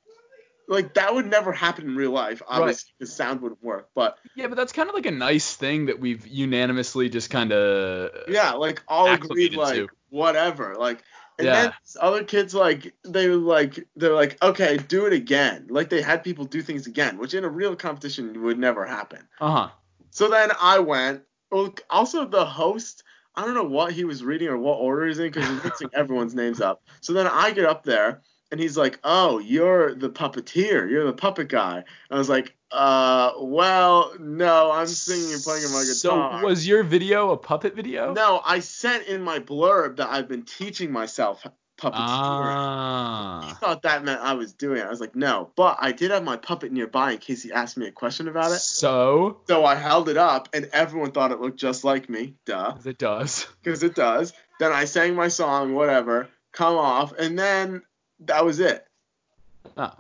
[SPEAKER 2] like that would never happen in real life. Obviously, the sound wouldn't work. But
[SPEAKER 1] Yeah, but that's kind of like a nice thing that we've unanimously just kind of.
[SPEAKER 2] yeah, like all agreed,
[SPEAKER 1] acclimated
[SPEAKER 2] like
[SPEAKER 1] to.
[SPEAKER 2] whatever, like. And
[SPEAKER 1] Yeah.
[SPEAKER 2] then these other kids like they were like they're like okay do it again like they had people do things again which in a real competition would never happen.
[SPEAKER 1] Uh huh.
[SPEAKER 2] So then I went. Well, Also, the host, I don't know what he was reading or what order he's in because he's mixing everyone's names up. So then I get up there and he's like, "Oh, you're the puppeteer. You're the puppet guy." And I was like, "Uh, well, no, I'm singing and playing on my guitar."
[SPEAKER 1] So was your video a puppet video?
[SPEAKER 2] no, I sent in my blurb that I've been teaching myself puppeteering. He
[SPEAKER 1] Ah.
[SPEAKER 2] thought that meant I was doing it. I was like, no, but I did have my puppet nearby in case he asked me a question about it.
[SPEAKER 1] So
[SPEAKER 2] So I held it up, and everyone thought it looked just like me. Duh,
[SPEAKER 1] as it does.
[SPEAKER 2] because it does. Then I sang my song, whatever, come off, and then that was it.
[SPEAKER 1] Oh.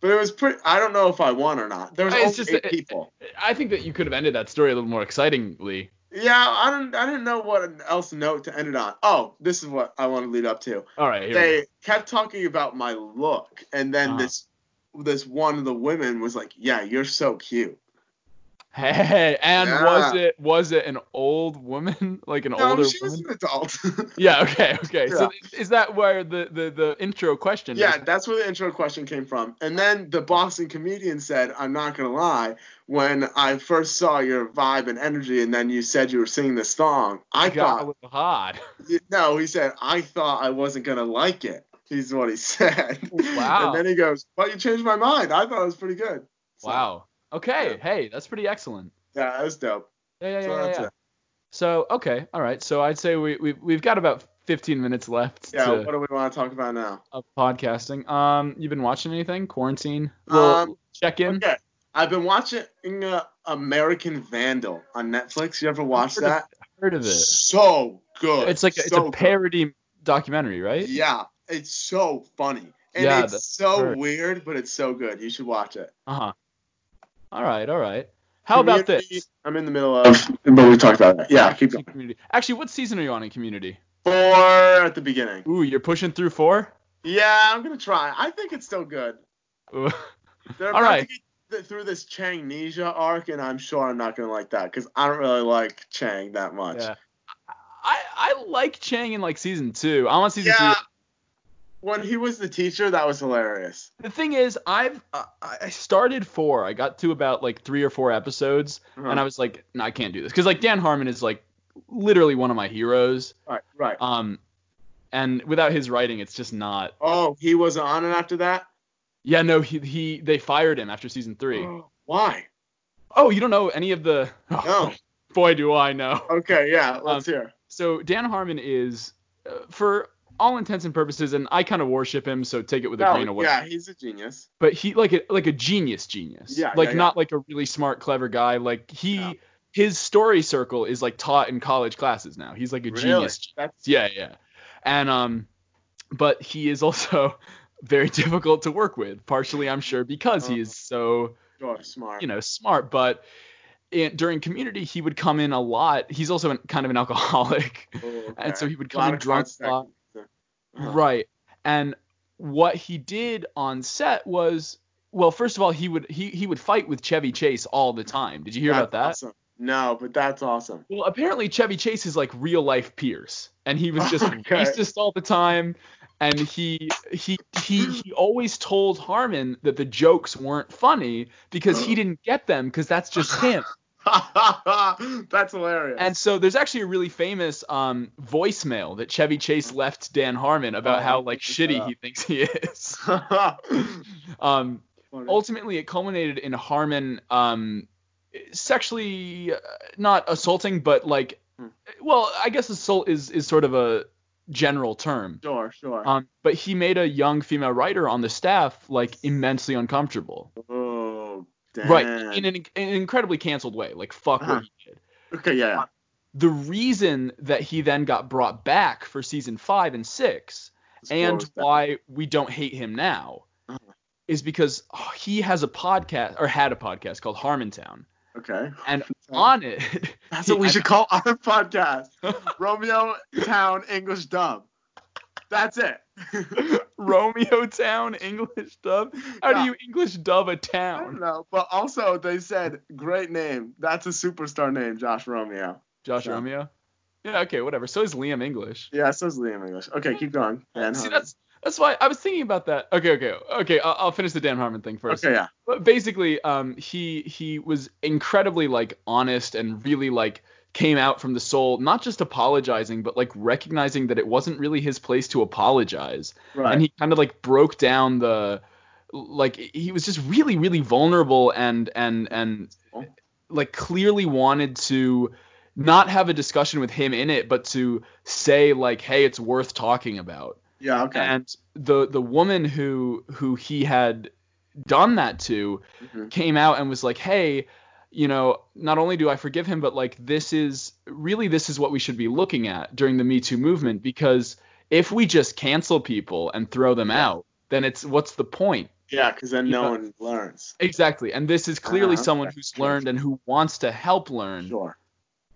[SPEAKER 2] But it was pretty. I don't know if I won or not. There was
[SPEAKER 1] It's
[SPEAKER 2] only
[SPEAKER 1] just-
[SPEAKER 2] eight
[SPEAKER 1] it-
[SPEAKER 2] people.
[SPEAKER 1] I think that you could have ended that story a little more excitingly.
[SPEAKER 2] yeah, I don't. I didn't know what else note to end it on. Oh, this is what I want to lead up to.
[SPEAKER 1] All right. Here we
[SPEAKER 2] they kept talking about my look, and then
[SPEAKER 1] Uh-huh.
[SPEAKER 2] this this one of the women was like, "Yeah, you're so cute."
[SPEAKER 1] go. Hey, and
[SPEAKER 2] Yeah.
[SPEAKER 1] was it was it an old woman, like an
[SPEAKER 2] No,
[SPEAKER 1] older
[SPEAKER 2] she was
[SPEAKER 1] woman?
[SPEAKER 2] an adult.
[SPEAKER 1] Yeah. Okay. Okay.
[SPEAKER 2] Yeah.
[SPEAKER 1] So is that where the the the intro question?
[SPEAKER 2] Yeah, that's where the intro question came from. And then the Boston comedian said, I'm not going to lie, when I first saw your vibe and energy, and then you said you were singing this song, I
[SPEAKER 1] got a
[SPEAKER 2] thought,
[SPEAKER 1] little hot.
[SPEAKER 2] no, he said, I thought I wasn't going to like it. is what he said.
[SPEAKER 1] Wow.
[SPEAKER 2] And then he goes, "Well, you changed my mind. I thought it was pretty good." So,
[SPEAKER 1] Wow. Okay.
[SPEAKER 2] Yeah.
[SPEAKER 1] Hey, that's pretty excellent.
[SPEAKER 2] Yeah, that was dope.
[SPEAKER 1] Yeah, yeah, yeah,
[SPEAKER 2] So
[SPEAKER 1] yeah,
[SPEAKER 2] that's
[SPEAKER 1] yeah.
[SPEAKER 2] it.
[SPEAKER 1] So okay, all right. So I'd say we, we we've got about 15 minutes left
[SPEAKER 2] Yeah.
[SPEAKER 1] to,
[SPEAKER 2] What do we want to talk about now?
[SPEAKER 1] of podcasting. Um, you've been watching anything? Quarantine? Little
[SPEAKER 2] Um,
[SPEAKER 1] check in.
[SPEAKER 2] Okay. I've been watching uh, American Vandal on Netflix. You ever watch
[SPEAKER 1] Heard of
[SPEAKER 2] that?
[SPEAKER 1] Heard of it?
[SPEAKER 2] So good.
[SPEAKER 1] It's like a, it's
[SPEAKER 2] So
[SPEAKER 1] a
[SPEAKER 2] good.
[SPEAKER 1] parody documentary, right?
[SPEAKER 2] Yeah, it's so funny. And
[SPEAKER 1] Yeah,
[SPEAKER 2] it's
[SPEAKER 1] that's
[SPEAKER 2] so
[SPEAKER 1] right.
[SPEAKER 2] weird, but it's so good. You should watch it.
[SPEAKER 1] Uh huh. All right, all right. How about
[SPEAKER 2] Community,
[SPEAKER 1] this?
[SPEAKER 2] I'm in the middle of, but we talked about that. Yeah, keep going.
[SPEAKER 1] Community. Actually, what season are you on in Community?
[SPEAKER 2] Four at the beginning.
[SPEAKER 1] Ooh, you're pushing through four.
[SPEAKER 2] Yeah, I'm gonna try. I think it's still good.
[SPEAKER 1] Ooh.
[SPEAKER 2] They're
[SPEAKER 1] All
[SPEAKER 2] about
[SPEAKER 1] right.
[SPEAKER 2] to get th- through this Changnesia arc, and I'm sure I'm not gonna like that because I don't really like Chang that much.
[SPEAKER 1] Yeah. I I like Chang in like season two. I'm on season
[SPEAKER 2] Yeah.
[SPEAKER 1] two.
[SPEAKER 2] When he was the teacher, that was hilarious.
[SPEAKER 1] The thing is, I've uh, I I started four. I got to about like three or four episodes, and I
[SPEAKER 2] Uh-huh.
[SPEAKER 1] was like, no, I can't do this because like Dan Harmon is like literally one of my heroes.
[SPEAKER 2] right, right.
[SPEAKER 1] Um, and without his writing, it's just not.
[SPEAKER 2] Oh, he wasn't on it after that.
[SPEAKER 1] Yeah, no, he he they fired him after season three.
[SPEAKER 2] Why?
[SPEAKER 1] Oh, you don't know any of the?
[SPEAKER 2] No.
[SPEAKER 1] Boy, do I know.
[SPEAKER 2] Okay,
[SPEAKER 1] Um,
[SPEAKER 2] yeah. Let's hear.
[SPEAKER 1] So Dan Harmon is, uh, for all intents and purposes, and I kind of worship him, so take it with a grain
[SPEAKER 2] No,
[SPEAKER 1] of what.
[SPEAKER 2] Oh, yeah, he's a genius.
[SPEAKER 1] But he like a like a genius, genius.
[SPEAKER 2] Yeah,
[SPEAKER 1] Like
[SPEAKER 2] yeah, yeah.
[SPEAKER 1] not like a really smart, clever guy. Like he,
[SPEAKER 2] Yeah.
[SPEAKER 1] his story circle is like taught in college classes now. He's like a genius.
[SPEAKER 2] That's
[SPEAKER 1] Yeah, yeah. And um, but he is also very difficult to work with. Partially, I'm sure, because he is
[SPEAKER 2] Uh-huh.
[SPEAKER 1] so
[SPEAKER 2] you're smart.
[SPEAKER 1] you know smart but in, during community he would come in a lot he's also an, kind of an alcoholic
[SPEAKER 2] Oh, okay.
[SPEAKER 1] and so he would
[SPEAKER 2] Lot
[SPEAKER 1] come in
[SPEAKER 2] of
[SPEAKER 1] drunk a
[SPEAKER 2] contact.
[SPEAKER 1] lot
[SPEAKER 2] Uh-huh.
[SPEAKER 1] right and what he did on set was well first of all he would he, he would fight with chevy chase all the time did you hear about
[SPEAKER 2] That's
[SPEAKER 1] that
[SPEAKER 2] Awesome. No, but that's awesome.
[SPEAKER 1] well apparently chevy chase is like real life pierce and he was just
[SPEAKER 2] Okay.
[SPEAKER 1] racist all the time and he he he he always told harmon that the jokes weren't funny because he didn't get them because that's just him
[SPEAKER 2] that's hilarious.
[SPEAKER 1] And so there's actually a really famous um, voicemail that Chevy Chase left Dan Harmon about
[SPEAKER 2] Oh,
[SPEAKER 1] how like
[SPEAKER 2] I'll look that
[SPEAKER 1] shitty
[SPEAKER 2] up.
[SPEAKER 1] he thinks he is.
[SPEAKER 2] Funny.
[SPEAKER 1] Um, ultimately, it culminated in Harmon um, sexually uh, not assaulting, but like,
[SPEAKER 2] Hmm.
[SPEAKER 1] well, I guess assault is is sort of a general term.
[SPEAKER 2] sure, sure.
[SPEAKER 1] Um, but he made a young female writer on the staff like immensely uncomfortable.
[SPEAKER 2] oh, damn.
[SPEAKER 1] Right, in an, in an incredibly canceled way. Like fuck
[SPEAKER 2] Uh-huh.
[SPEAKER 1] what he did.
[SPEAKER 2] okay, yeah.
[SPEAKER 1] the reason that he then got brought back for season five and six and why we don't hate him now
[SPEAKER 2] Uh-huh.
[SPEAKER 1] is because oh, he has a podcast or had a podcast called Harmontown.
[SPEAKER 2] Okay.
[SPEAKER 1] And on it,
[SPEAKER 2] That's what we
[SPEAKER 1] I-
[SPEAKER 2] should call our podcast. Romeo Town English Dub. That's it.
[SPEAKER 1] Romeo Town English dub. How do
[SPEAKER 2] Yeah.
[SPEAKER 1] you English dub a
[SPEAKER 2] I don't
[SPEAKER 1] town?
[SPEAKER 2] know. But also, they said, great name. That's a superstar name, Josh Romeo.
[SPEAKER 1] Josh
[SPEAKER 2] Yeah.
[SPEAKER 1] Romeo? Yeah, okay, whatever. So is Liam English.
[SPEAKER 2] Yeah, so's Liam English. Okay, keep going. Dan
[SPEAKER 1] See,
[SPEAKER 2] Harmon.
[SPEAKER 1] that's that's why I was thinking about that. Okay, okay, okay. I'll, I'll finish the Dan Harmon thing first.
[SPEAKER 2] okay, yeah.
[SPEAKER 1] but basically um he he was incredibly like honest and really like came out from the soul not just apologizing but like recognizing that it wasn't really his place to apologize
[SPEAKER 2] Right.
[SPEAKER 1] and he kind of like broke down the like he was just really really vulnerable and and and like clearly wanted to not have a discussion with him in it but to say like hey it's worth talking about
[SPEAKER 2] yeah, okay.
[SPEAKER 1] and the the woman who who he had done that to
[SPEAKER 2] Mhm.
[SPEAKER 1] came out and was like hey you know not only do i forgive him but like this is really this is what we should be looking at during the me too movement because if we just cancel people and throw them out then it's what's the point
[SPEAKER 2] Yeah, because then no
[SPEAKER 1] Yeah.
[SPEAKER 2] one learns.
[SPEAKER 1] exactly and this is clearly
[SPEAKER 2] Uh-huh.
[SPEAKER 1] someone who's learned and who wants to help learn
[SPEAKER 2] Sure.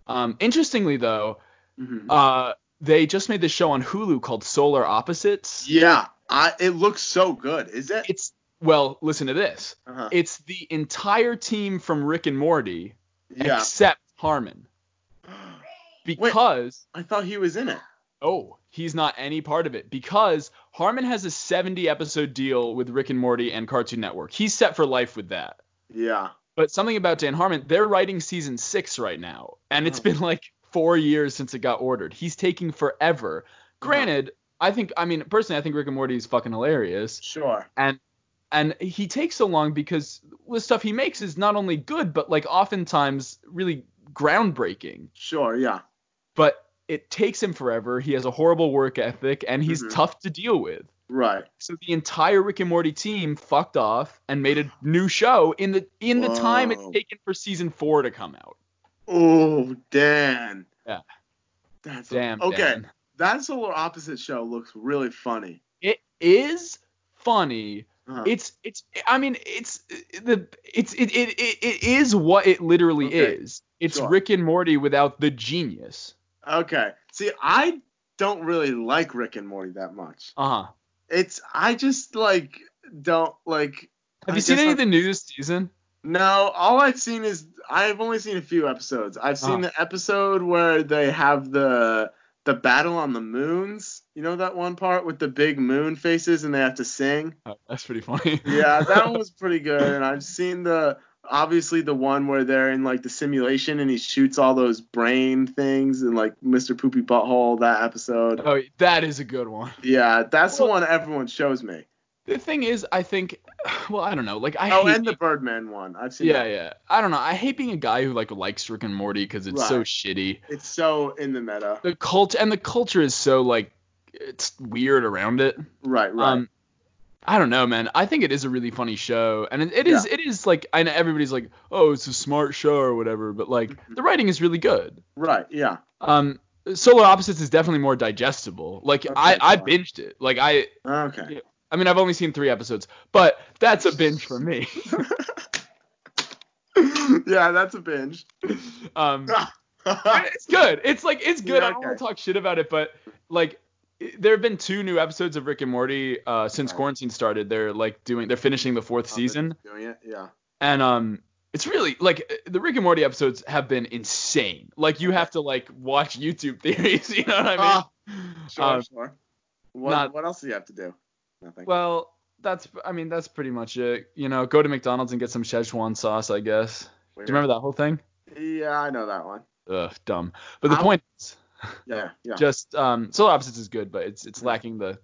[SPEAKER 1] um, interestingly though
[SPEAKER 2] Mhm.
[SPEAKER 1] uh, they just made this show on hulu called solar opposites
[SPEAKER 2] Yeah, I. It looks so good. Is it?
[SPEAKER 1] it's well listen to this
[SPEAKER 2] Uh-huh.
[SPEAKER 1] It's the entire team from Rick and Morty
[SPEAKER 2] Yeah.
[SPEAKER 1] except Harmon because
[SPEAKER 2] I thought he was in it.
[SPEAKER 1] oh, he's not any part of it because Harmon has a 70 episode deal with Rick and Morty and Cartoon Network. He's set for life with that.
[SPEAKER 2] Yeah.
[SPEAKER 1] But something about Dan Harmon, they're writing season 6 right now and it's
[SPEAKER 2] Mhm.
[SPEAKER 1] been like 4 years since it got ordered. He's taking forever. Granted, I think I mean personally I think Rick and Morty is fucking hilarious
[SPEAKER 2] Sure.
[SPEAKER 1] and and he takes so long because the stuff he makes is not only good but like oftentimes really groundbreaking.
[SPEAKER 2] Sure. Yeah.
[SPEAKER 1] But it takes him forever. He has a horrible work ethic and he's
[SPEAKER 2] Mhm.
[SPEAKER 1] tough to deal with.
[SPEAKER 2] Right.
[SPEAKER 1] So the entire Rick and Morty team fucked off and made a new show in the in the time it's
[SPEAKER 2] Whoa.
[SPEAKER 1] taken for season four to come out.
[SPEAKER 2] Oh, Dan.
[SPEAKER 1] Yeah.
[SPEAKER 2] That's
[SPEAKER 1] Damn.
[SPEAKER 2] okay.
[SPEAKER 1] Dan.
[SPEAKER 2] That solar opposite show looks really funny.
[SPEAKER 1] It is funny.
[SPEAKER 2] Uh-huh.
[SPEAKER 1] It's it's. I mean, it's the it's it it, it, it is what it literally
[SPEAKER 2] Okay.
[SPEAKER 1] is. It's
[SPEAKER 2] Sure.
[SPEAKER 1] Rick and Morty without the genius.
[SPEAKER 2] okay. See, I don't really like Rick and Morty that much.
[SPEAKER 1] Uh huh.
[SPEAKER 2] It's I just like don't like
[SPEAKER 1] Have
[SPEAKER 2] I
[SPEAKER 1] you seen
[SPEAKER 2] guess
[SPEAKER 1] any
[SPEAKER 2] I-
[SPEAKER 1] of the new this season?
[SPEAKER 2] No, all I've seen is I've only seen a few episodes. I've seen
[SPEAKER 1] Oh.
[SPEAKER 2] the episode where they have the the battle on the moons. You know that one part with the big moon faces and they have to sing.
[SPEAKER 1] Oh, that's pretty funny.
[SPEAKER 2] Yeah, that one was pretty good. And I've seen the obviously the one where they're in like the simulation and he shoots all those brain things and like Mr. Poopy Butthole that episode.
[SPEAKER 1] oh, that is a good one.
[SPEAKER 2] Yeah, that's the
[SPEAKER 1] Well-
[SPEAKER 2] one everyone shows me.
[SPEAKER 1] The thing is, I think. Well, I don't know. Like I
[SPEAKER 2] Oh,
[SPEAKER 1] hate
[SPEAKER 2] and the Birdman one. I've seen.
[SPEAKER 1] Yeah,
[SPEAKER 2] that.
[SPEAKER 1] yeah. I don't know. I hate being a guy who like likes Rick and Morty because it's so
[SPEAKER 2] Right.
[SPEAKER 1] shitty.
[SPEAKER 2] It's so in the meta.
[SPEAKER 1] The cult and the culture is so like it's weird around it.
[SPEAKER 2] Right, right.
[SPEAKER 1] Um, I don't know, man. I think it is a really funny show, and it, it is it is like I know everybody's like, oh, it's a smart show or whatever, but like
[SPEAKER 2] Mhm.
[SPEAKER 1] the writing is really good.
[SPEAKER 2] right, yeah.
[SPEAKER 1] Um, Solar Opposites is definitely more digestible. Like
[SPEAKER 2] Okay,
[SPEAKER 1] I I
[SPEAKER 2] fine.
[SPEAKER 1] binged it. Like I
[SPEAKER 2] Okay.
[SPEAKER 1] I mean I've only seen three episodes, but that's a binge for me.
[SPEAKER 2] yeah, that's a binge.
[SPEAKER 1] um. it's good. It's like it's good.
[SPEAKER 2] Yeah,
[SPEAKER 1] I don't want
[SPEAKER 2] okay.
[SPEAKER 1] to talk shit about it, but like i- there have been two new episodes of Rick and Morty uh, since
[SPEAKER 2] Right.
[SPEAKER 1] quarantine started. They're like doing they're finishing the fourth season,
[SPEAKER 2] Doing it, yeah.
[SPEAKER 1] and um, it's really like the Rick and Morty episodes have been insane. Like you have to like watch YouTube theories. You know what I mean?
[SPEAKER 2] Ah, sure,
[SPEAKER 1] um,
[SPEAKER 2] sure. What,
[SPEAKER 1] not-
[SPEAKER 2] what else do you have to do? Nothing.
[SPEAKER 1] well, that's I mean that's pretty much it. You know, go to McDonald's and get some Szechuan sauce, I guess. Do
[SPEAKER 2] Weird.
[SPEAKER 1] you remember that whole thing?
[SPEAKER 2] Yeah, I know that one.
[SPEAKER 1] Ugh, dumb. But the
[SPEAKER 2] I-
[SPEAKER 1] point is.
[SPEAKER 2] Yeah,
[SPEAKER 1] Oh,
[SPEAKER 2] yeah.
[SPEAKER 1] just um solar opposites is good but it's it's
[SPEAKER 2] Mhm.
[SPEAKER 1] lacking the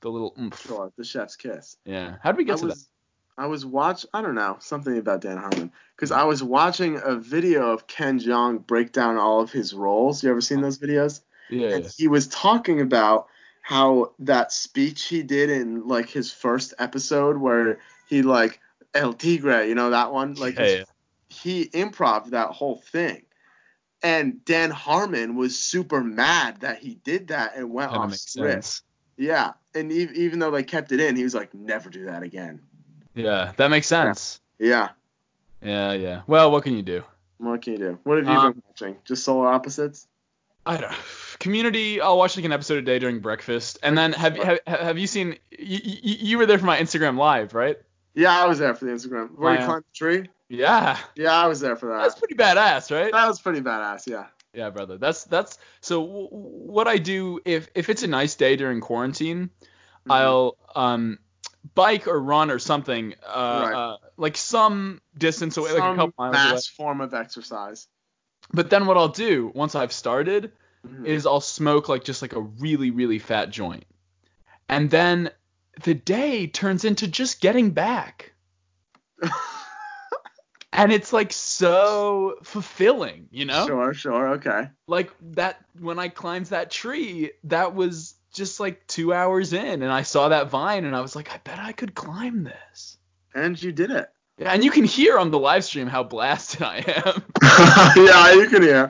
[SPEAKER 1] the little oomph.
[SPEAKER 2] sure. The chef's kiss.
[SPEAKER 1] yeah how did we
[SPEAKER 2] I
[SPEAKER 1] get to
[SPEAKER 2] was, I was watch. I don't know something about Dan Harmon because I was watching a video of Ken Jeong break down all of his roles. You ever seen
[SPEAKER 1] Oh.
[SPEAKER 2] those videos?
[SPEAKER 1] that yeah,
[SPEAKER 2] and he was talking about how that speech he did in like his first episode where he like El Tigre, you know that one, like
[SPEAKER 1] yeah, yeah.
[SPEAKER 2] he improv that whole thing. And Dan Harmon was super mad that he did that and went
[SPEAKER 1] Kinda
[SPEAKER 2] off
[SPEAKER 1] makes
[SPEAKER 2] script.
[SPEAKER 1] sense
[SPEAKER 2] Yeah, and ev- even though they kept it in, he was like, "Never do that again."
[SPEAKER 1] yeah that makes sense
[SPEAKER 2] Yeah,
[SPEAKER 1] yeah yeah well what can you do
[SPEAKER 2] what can you do? What have you
[SPEAKER 1] Um,
[SPEAKER 2] been watching? Just Solar Opposites?
[SPEAKER 1] i don't community i'll watch like an episode a day during breakfast and then have have, have you seen you, you, you were there for my instagram live right
[SPEAKER 2] Yeah, I was there for the Instagram. Where
[SPEAKER 1] I,
[SPEAKER 2] you
[SPEAKER 1] uh,
[SPEAKER 2] climbed the tree?
[SPEAKER 1] yeah
[SPEAKER 2] Yeah, I was there for
[SPEAKER 1] that's
[SPEAKER 2] that.
[SPEAKER 1] pretty badass right
[SPEAKER 2] That was pretty badass. Yeah.
[SPEAKER 1] Yeah, brother. That's that's so w- w- what I do if if it's a nice day during quarantine,
[SPEAKER 2] Mhm.
[SPEAKER 1] I'll um bike or run or something uh,
[SPEAKER 2] Right.
[SPEAKER 1] uh like some distance away, like a
[SPEAKER 2] Some
[SPEAKER 1] couple miles
[SPEAKER 2] mass
[SPEAKER 1] away.
[SPEAKER 2] form of exercise.
[SPEAKER 1] But then what I'll do once I've started
[SPEAKER 2] Mm-hmm.
[SPEAKER 1] is I'll smoke like just like a really really fat joint. And then the day turns into just getting back. And it's like so fulfilling, you know?
[SPEAKER 2] Sure, sure, okay.
[SPEAKER 1] like that when I climbed that tree, that was just like two hours in, and I saw that vine, and I was like, I bet I could climb this.
[SPEAKER 2] And you did it.
[SPEAKER 1] Yeah, and you can hear on the live stream how blasted I am.
[SPEAKER 2] yeah, you can hear.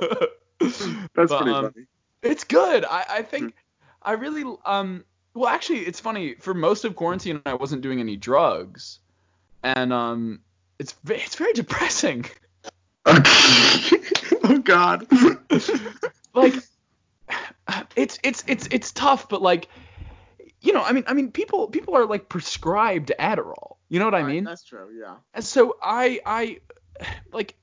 [SPEAKER 2] That's
[SPEAKER 1] But,
[SPEAKER 2] pretty
[SPEAKER 1] um,
[SPEAKER 2] funny.
[SPEAKER 1] it's good. I, I think I really um well actually it's funny for most of quarantine I wasn't doing any drugs, and um it's ve- it's very depressing.
[SPEAKER 2] oh God.
[SPEAKER 1] like it's it's it's it's tough but like you know i mean i mean people people are like prescribed adderall you know what i mean
[SPEAKER 2] that's true. Yeah.
[SPEAKER 1] and so i i like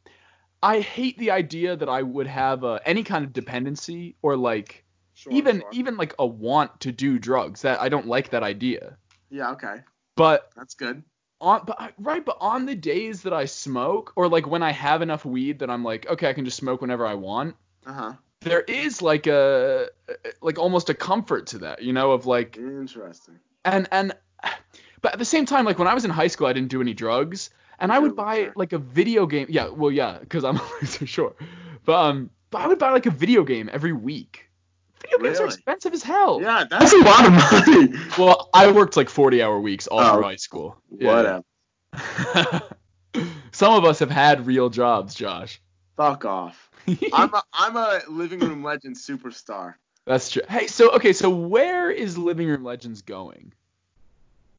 [SPEAKER 1] i hate the idea that i would have uh, any kind of dependency or like
[SPEAKER 2] Sure.
[SPEAKER 1] even
[SPEAKER 2] sure.
[SPEAKER 1] even like a want to do drugs that i don't like that idea
[SPEAKER 2] Yeah. Okay.
[SPEAKER 1] but
[SPEAKER 2] That's good.
[SPEAKER 1] on but I- right but on the days that i smoke or like when i have enough weed that i'm like okay i can just smoke whenever i want
[SPEAKER 2] Uh huh.
[SPEAKER 1] there is like a like almost a comfort to that, you know, of like
[SPEAKER 2] Interesting.
[SPEAKER 1] and and but at the same time like when I was in high school I didn't do any drugs and I
[SPEAKER 2] You're a
[SPEAKER 1] would buy
[SPEAKER 2] loser.
[SPEAKER 1] like a video game. Yeah, well yeah, cuz I'm a loser, sure. But um but I would buy like a video game every week. Video games are
[SPEAKER 2] Really?
[SPEAKER 1] expensive as hell.
[SPEAKER 2] Yeah, that's a lot of money.
[SPEAKER 1] Well, I worked like 40 hour weeks all
[SPEAKER 2] Oh,
[SPEAKER 1] through high school.
[SPEAKER 2] Whatever.
[SPEAKER 1] Some of us have had real jobs, Josh.
[SPEAKER 2] Fuck off. I'm a, I'm a living room legend superstar.
[SPEAKER 1] That's true. Hey, so okay, so where is Living Room Legends going?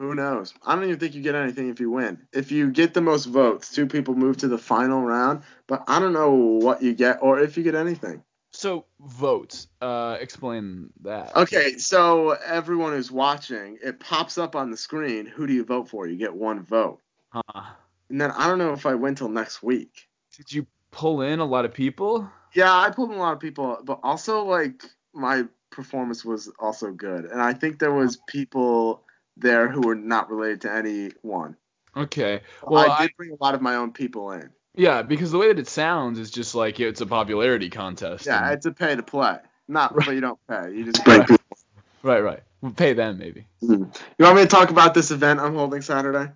[SPEAKER 2] Who knows? I don't even think you get anything if you win. If you get the most votes, two people move to the final round, but I don't know what you get or if you get anything.
[SPEAKER 1] So votes. Uh, explain that.
[SPEAKER 2] Okay, so everyone who's watching, it pops up on the screen. Who do you vote for? You get one vote.
[SPEAKER 1] Huh.
[SPEAKER 2] And then I don't know if I win till next week.
[SPEAKER 1] Did you pull in a lot of people?
[SPEAKER 2] Yeah, I pulled in a lot of people, but also like my performance was also good. And I think there was people there who were not related to anyone.
[SPEAKER 1] Okay. Well,
[SPEAKER 2] Well, I
[SPEAKER 1] I,
[SPEAKER 2] did bring a lot of my own people in.
[SPEAKER 1] yeah, because the way that it sounds is just like it's a popularity contest.
[SPEAKER 2] Yeah,
[SPEAKER 1] and-
[SPEAKER 2] it's a pay to play. Not,
[SPEAKER 1] Right.
[SPEAKER 2] but you don't pay. You just
[SPEAKER 1] Right. right, right. We'll pay them maybe.
[SPEAKER 2] You want me to talk about this event I'm holding Saturday?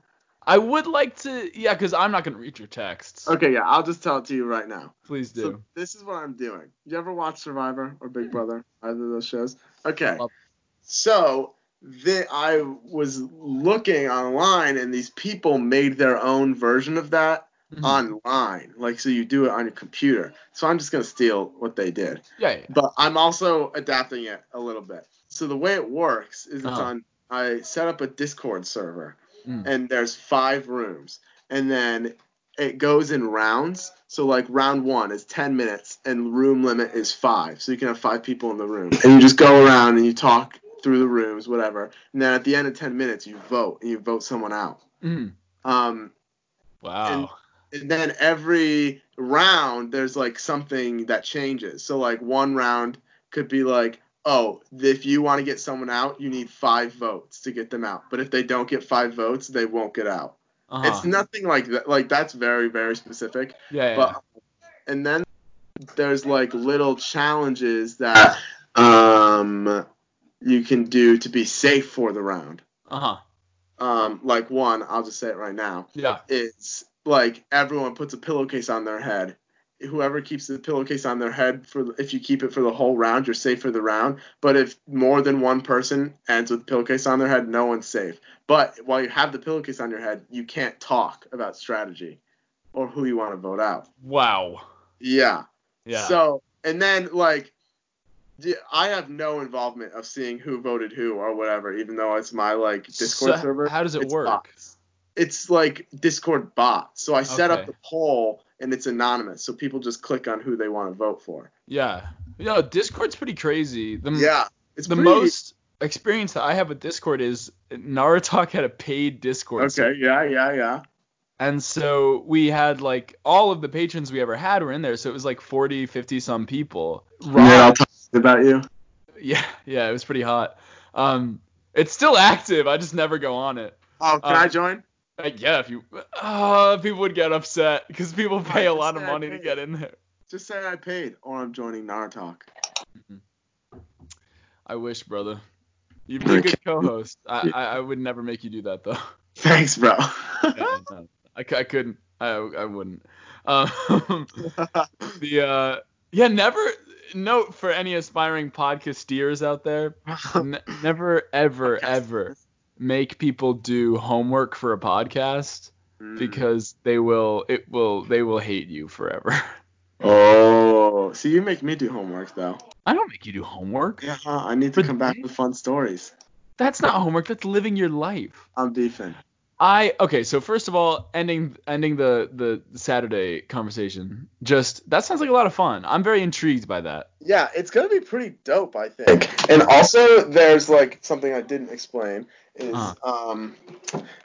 [SPEAKER 1] I would like to, yeah, because I'm not gonna read your texts.
[SPEAKER 2] Okay, yeah, I'll just tell it to you right now.
[SPEAKER 1] Please do.
[SPEAKER 2] So this is what I'm doing. You ever watch Survivor or Big Brother? Either of those shows? Okay.
[SPEAKER 1] Love-
[SPEAKER 2] So the, I was looking online, and these people made their own version of that
[SPEAKER 1] Mhm.
[SPEAKER 2] online. Like, so you do it on your computer. So I'm just gonna steal what they did.
[SPEAKER 1] yeah, yeah.
[SPEAKER 2] but I'm also adapting it a little bit. So the way it works is it's
[SPEAKER 1] Uh-huh.
[SPEAKER 2] on. I set up a Discord server,
[SPEAKER 1] Mm.
[SPEAKER 2] and there's five rooms, and then it goes in rounds. So like round one is ten minutes, and room limit is five. So you can have five people in the room, and you just go around and you talk through the rooms, whatever. And then at the end of ten minutes, you vote and you vote someone out.
[SPEAKER 1] Mhm.
[SPEAKER 2] Um,
[SPEAKER 1] Wow.
[SPEAKER 2] And- and then every round there's like something that changes. So like one round could be like, oh, if you want to get someone out, you need five votes to get them out. But if they don't get five votes, they won't get out.
[SPEAKER 1] Uh-huh.
[SPEAKER 2] It's nothing like that. Like that's very very specific.
[SPEAKER 1] yeah, yeah.
[SPEAKER 2] But and then there's like little challenges that um you can do to be safe for the round.
[SPEAKER 1] uh-huh.
[SPEAKER 2] Um, like one, I'll just say it right now
[SPEAKER 1] Yeah.
[SPEAKER 2] is like everyone puts a pillowcase on their head. Whoever keeps the pillowcase on their head for if you keep it for the whole round, you're safe for the round. But if more than one person ends with pillowcase on their head, no one's safe. But while you have the pillowcase on your head, you can't talk about strategy or who you want to vote out.
[SPEAKER 1] Wow.
[SPEAKER 2] Yeah.
[SPEAKER 1] Yeah.
[SPEAKER 2] So and then like d- I have no involvement of seeing who voted who or whatever, even though it's my like Discord
[SPEAKER 1] So,
[SPEAKER 2] server
[SPEAKER 1] How does it
[SPEAKER 2] it's
[SPEAKER 1] work?
[SPEAKER 2] bots. It's like Discord bot. So I set up
[SPEAKER 1] Okay.
[SPEAKER 2] the poll and it's anonymous, so people just click on who they want to vote for.
[SPEAKER 1] Yeah. You know, Discord's pretty crazy. The,
[SPEAKER 2] yeah, it's
[SPEAKER 1] The most experience that I have with Discord is Naruto had a paid Discord. server.
[SPEAKER 2] Okay, yeah, yeah, yeah.
[SPEAKER 1] And so we had like all of the patrons we ever had were in there. So it was like 40, 50 some people. Rob-
[SPEAKER 2] talk about you.
[SPEAKER 1] yeah. Yeah. It was pretty hot. Um, it's still active. I just never go on it.
[SPEAKER 2] Oh, can
[SPEAKER 1] Uh,
[SPEAKER 2] I join?
[SPEAKER 1] Like, yeah, if you, uh, people would get upset because people pay a lot of money to get in there.
[SPEAKER 2] Just say I paid, or I'm joining Narutalk.
[SPEAKER 1] I wish, brother. You'd be a good co-host. I, I, I would never make you do that though.
[SPEAKER 2] Thanks, bro.
[SPEAKER 1] Yeah, no. I, cou- I couldn't. I, I wouldn't. Um, the uh, yeah, never. Note for any aspiring podcasteers out there: n- never, ever, ever make people do homework for a podcast
[SPEAKER 2] Mm.
[SPEAKER 1] because they will. It will. They will hate you forever.
[SPEAKER 2] oh, see, you make me do homework though.
[SPEAKER 1] I don't make you do homework.
[SPEAKER 2] Yeah, I need to come back with fun stories.
[SPEAKER 1] That's not homework. That's living your life.
[SPEAKER 2] I'm beefing.
[SPEAKER 1] I okay, so first of all, ending ending the the Saturday conversation. Just that sounds like a lot of fun. I'm very intrigued by that.
[SPEAKER 2] Yeah, it's gonna be pretty dope, I think. And also, there's like something I didn't explain is
[SPEAKER 1] Huh.
[SPEAKER 2] um,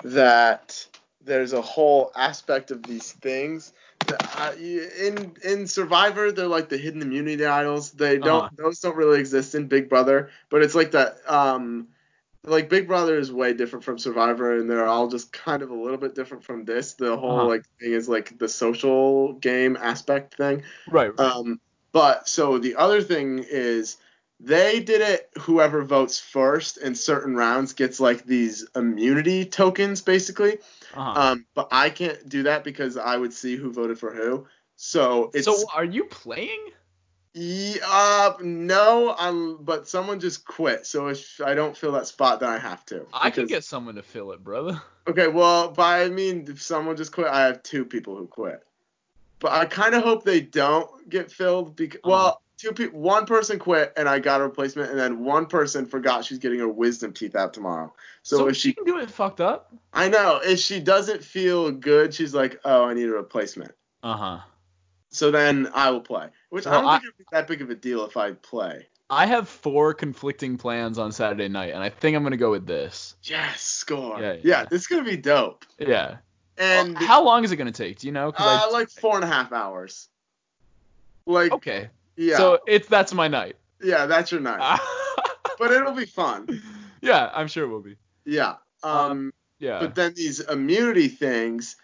[SPEAKER 2] that there's a whole aspect of these things. That, uh, you- in in Survivor, they're like the hidden immunity idols. They don't
[SPEAKER 1] Uh-huh.
[SPEAKER 2] those don't really exist in Big Brother, but it's like that. Um, like Big Brother is way different from Survivor, and they're all just kind of a little bit different from this. The whole
[SPEAKER 1] Uh-huh.
[SPEAKER 2] like thing is like the social game aspect thing.
[SPEAKER 1] Right.
[SPEAKER 2] Um, But so the other thing is they did it whoever votes first in certain rounds gets like these immunity tokens basically.
[SPEAKER 1] Uh-huh.
[SPEAKER 2] Um, but I can't do that because I would see who voted for who. So it's
[SPEAKER 1] so are you playing?
[SPEAKER 2] Ye- uh, no, I'm but someone just quit. So if I don't fill that spot then I have to.
[SPEAKER 1] I can
[SPEAKER 2] Because-
[SPEAKER 1] get someone to fill it, brother.
[SPEAKER 2] Okay, well, by I mean, if someone just quit, I have two people who quit. But I kind of hope they don't get filled because
[SPEAKER 1] Uh-huh.
[SPEAKER 2] well, two people, one person quit and I got a replacement, and then one person forgot she's getting her wisdom teeth out tomorrow. So, if she,
[SPEAKER 1] can do it fucked up.
[SPEAKER 2] I know, if she doesn't feel good, she's like, oh, I need a replacement.
[SPEAKER 1] Uh huh.
[SPEAKER 2] So then I will play, which I
[SPEAKER 1] Well,
[SPEAKER 2] don't
[SPEAKER 1] I-
[SPEAKER 2] think it'd be that big of a deal if I play.
[SPEAKER 1] I have four conflicting plans on Saturday night, and I think I'm gonna go with this.
[SPEAKER 2] Yes, score.
[SPEAKER 1] Yeah,
[SPEAKER 2] Yeah,
[SPEAKER 1] yeah.
[SPEAKER 2] this is gonna be dope.
[SPEAKER 1] Yeah.
[SPEAKER 2] And
[SPEAKER 1] Well, how long is it gonna take? Do you know? 'Cause
[SPEAKER 2] uh,
[SPEAKER 1] I-
[SPEAKER 2] like four and a half hours. Like
[SPEAKER 1] okay.
[SPEAKER 2] yeah.
[SPEAKER 1] So it's that's my night.
[SPEAKER 2] Yeah, that's your
[SPEAKER 1] Ah.
[SPEAKER 2] night. but it'll be fun.
[SPEAKER 1] yeah, I'm sure it will be.
[SPEAKER 2] Yeah. Um,
[SPEAKER 1] Yeah.
[SPEAKER 2] but then these immunity things,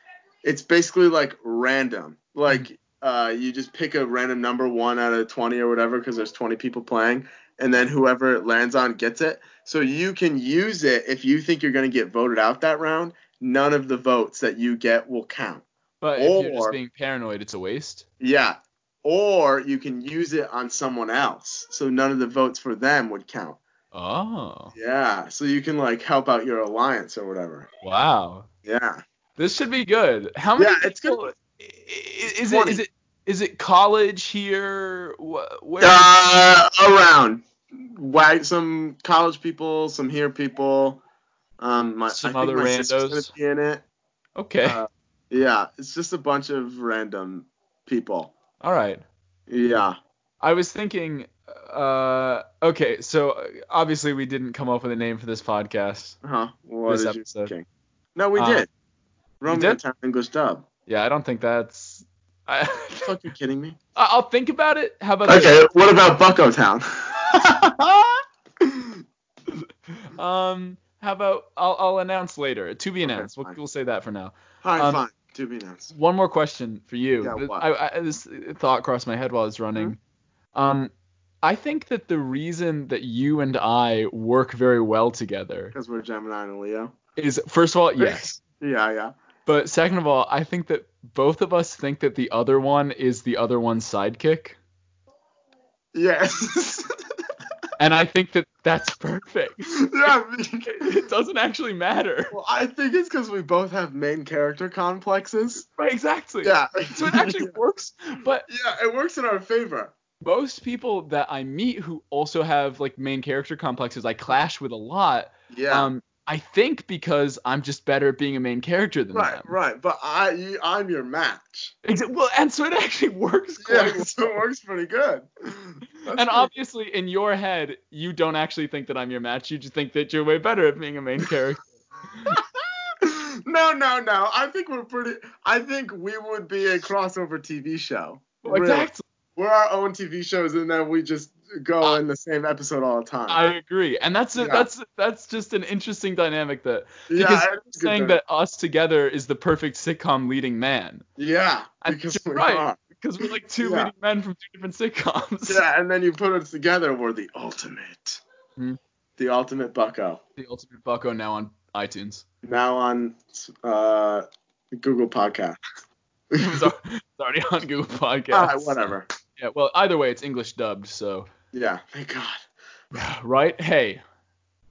[SPEAKER 2] it's basically like random. Like uh, you just pick a random number one out of 20 or whatever because there's 20 people playing. And then whoever it lands on gets it. So you can use it if you think you're going to get voted out that round. None of the votes that you get will count.
[SPEAKER 1] But if you're just
[SPEAKER 2] or-
[SPEAKER 1] being paranoid, it's a waste.
[SPEAKER 2] Yeah. Or you can use it on someone else. So none of the votes for them would count.
[SPEAKER 1] Oh.
[SPEAKER 2] Yeah. So you can like help out your alliance or whatever.
[SPEAKER 1] Wow.
[SPEAKER 2] Yeah.
[SPEAKER 1] This should be good. How many?
[SPEAKER 2] Yeah, it's gonna
[SPEAKER 1] people- i- i- Is it
[SPEAKER 2] 20.
[SPEAKER 1] is it is it college here? Wh- Where?
[SPEAKER 2] Uh, around. Wag some college people, some here people. Um, my,
[SPEAKER 1] Some
[SPEAKER 2] I think
[SPEAKER 1] other
[SPEAKER 2] my sister's gonna
[SPEAKER 1] randos.
[SPEAKER 2] be in it.
[SPEAKER 1] okay.
[SPEAKER 2] uh, Yeah, it's just a bunch of random people.
[SPEAKER 1] All right.
[SPEAKER 2] Yeah.
[SPEAKER 1] I was thinking. Uh, okay, so uh, obviously we didn't come up with a name for this podcast.
[SPEAKER 2] Huh. What
[SPEAKER 1] This
[SPEAKER 2] did
[SPEAKER 1] episode.
[SPEAKER 2] you thinking? No, we
[SPEAKER 1] Uh,
[SPEAKER 2] did. Roman
[SPEAKER 1] did?
[SPEAKER 2] Town English dub.
[SPEAKER 1] Yeah, I don't think that's. I,
[SPEAKER 2] Fucking kidding me?
[SPEAKER 1] I- I'll think about it. How about
[SPEAKER 2] Okay. What about Bucko Town?
[SPEAKER 1] this? Um, how about I'll, I'll announce later. To be announced. we'll,
[SPEAKER 2] fine.
[SPEAKER 1] we'll say that for now.
[SPEAKER 2] All right,
[SPEAKER 1] Um,
[SPEAKER 2] fine. To be announced.
[SPEAKER 1] One more question for you.
[SPEAKER 2] Yeah,
[SPEAKER 1] Th-
[SPEAKER 2] what?
[SPEAKER 1] I, I, this thought crossed my head while I was running.
[SPEAKER 2] Mm-hmm.
[SPEAKER 1] Um, I think that the reason that you and I work very well together
[SPEAKER 2] Because we're Gemini and Leo.
[SPEAKER 1] is, first of all, yes.
[SPEAKER 2] Yeah, yeah.
[SPEAKER 1] But second of all, I think that both of us think that the other one is the other one's sidekick,
[SPEAKER 2] Yes.
[SPEAKER 1] and I think that that's perfect.
[SPEAKER 2] yeah. me-
[SPEAKER 1] It doesn't actually matter.
[SPEAKER 2] Well, I think it's because we both have main character complexes.
[SPEAKER 1] Right, exactly.
[SPEAKER 2] Yeah.
[SPEAKER 1] So it actually works, but
[SPEAKER 2] yeah, it works in our favor.
[SPEAKER 1] most people that I meet who also have like main character complexes, I clash with a lot.
[SPEAKER 2] Yeah.
[SPEAKER 1] Um, I think because I'm just better at being a main character than
[SPEAKER 2] right,
[SPEAKER 1] them.
[SPEAKER 2] right. But I, you, I'm your match.
[SPEAKER 1] Exa- well, and so it actually works. Quite
[SPEAKER 2] Yeah, so it works pretty good. That's
[SPEAKER 1] well. And
[SPEAKER 2] pretty-
[SPEAKER 1] obviously, in your head, you don't actually think that I'm your match. You just think that you're way better at being a main character.
[SPEAKER 2] no, no, no. I think we're pretty. I think we would be a crossover TV show.
[SPEAKER 1] Well,
[SPEAKER 2] Really.
[SPEAKER 1] Exactly.
[SPEAKER 2] We're our own TV shows, and then we just go
[SPEAKER 1] I-
[SPEAKER 2] in the same episode all the time.
[SPEAKER 1] I agree, and that's a,
[SPEAKER 2] Yeah.
[SPEAKER 1] that's that's just an interesting dynamic that
[SPEAKER 2] yeah,
[SPEAKER 1] because
[SPEAKER 2] I- it's good
[SPEAKER 1] saying
[SPEAKER 2] to-
[SPEAKER 1] that us together is the perfect sitcom leading man
[SPEAKER 2] Yeah,
[SPEAKER 1] I-
[SPEAKER 2] because
[SPEAKER 1] you're
[SPEAKER 2] we
[SPEAKER 1] right.
[SPEAKER 2] are.
[SPEAKER 1] because we're like two
[SPEAKER 2] Yeah.
[SPEAKER 1] leading men from two different sitcoms.
[SPEAKER 2] Yeah, and then you put us together, we're the ultimate.
[SPEAKER 1] Hmm.
[SPEAKER 2] The ultimate bucko.
[SPEAKER 1] The Ultimate Bucko now on iTunes.
[SPEAKER 2] Now on uh, Google Podcast.
[SPEAKER 1] It was al- it's already on Google Podcasts.
[SPEAKER 2] Ah, whatever.
[SPEAKER 1] Yeah. Well, either way, it's English dubbed, so
[SPEAKER 2] Yeah, thank God.
[SPEAKER 1] right. Hey,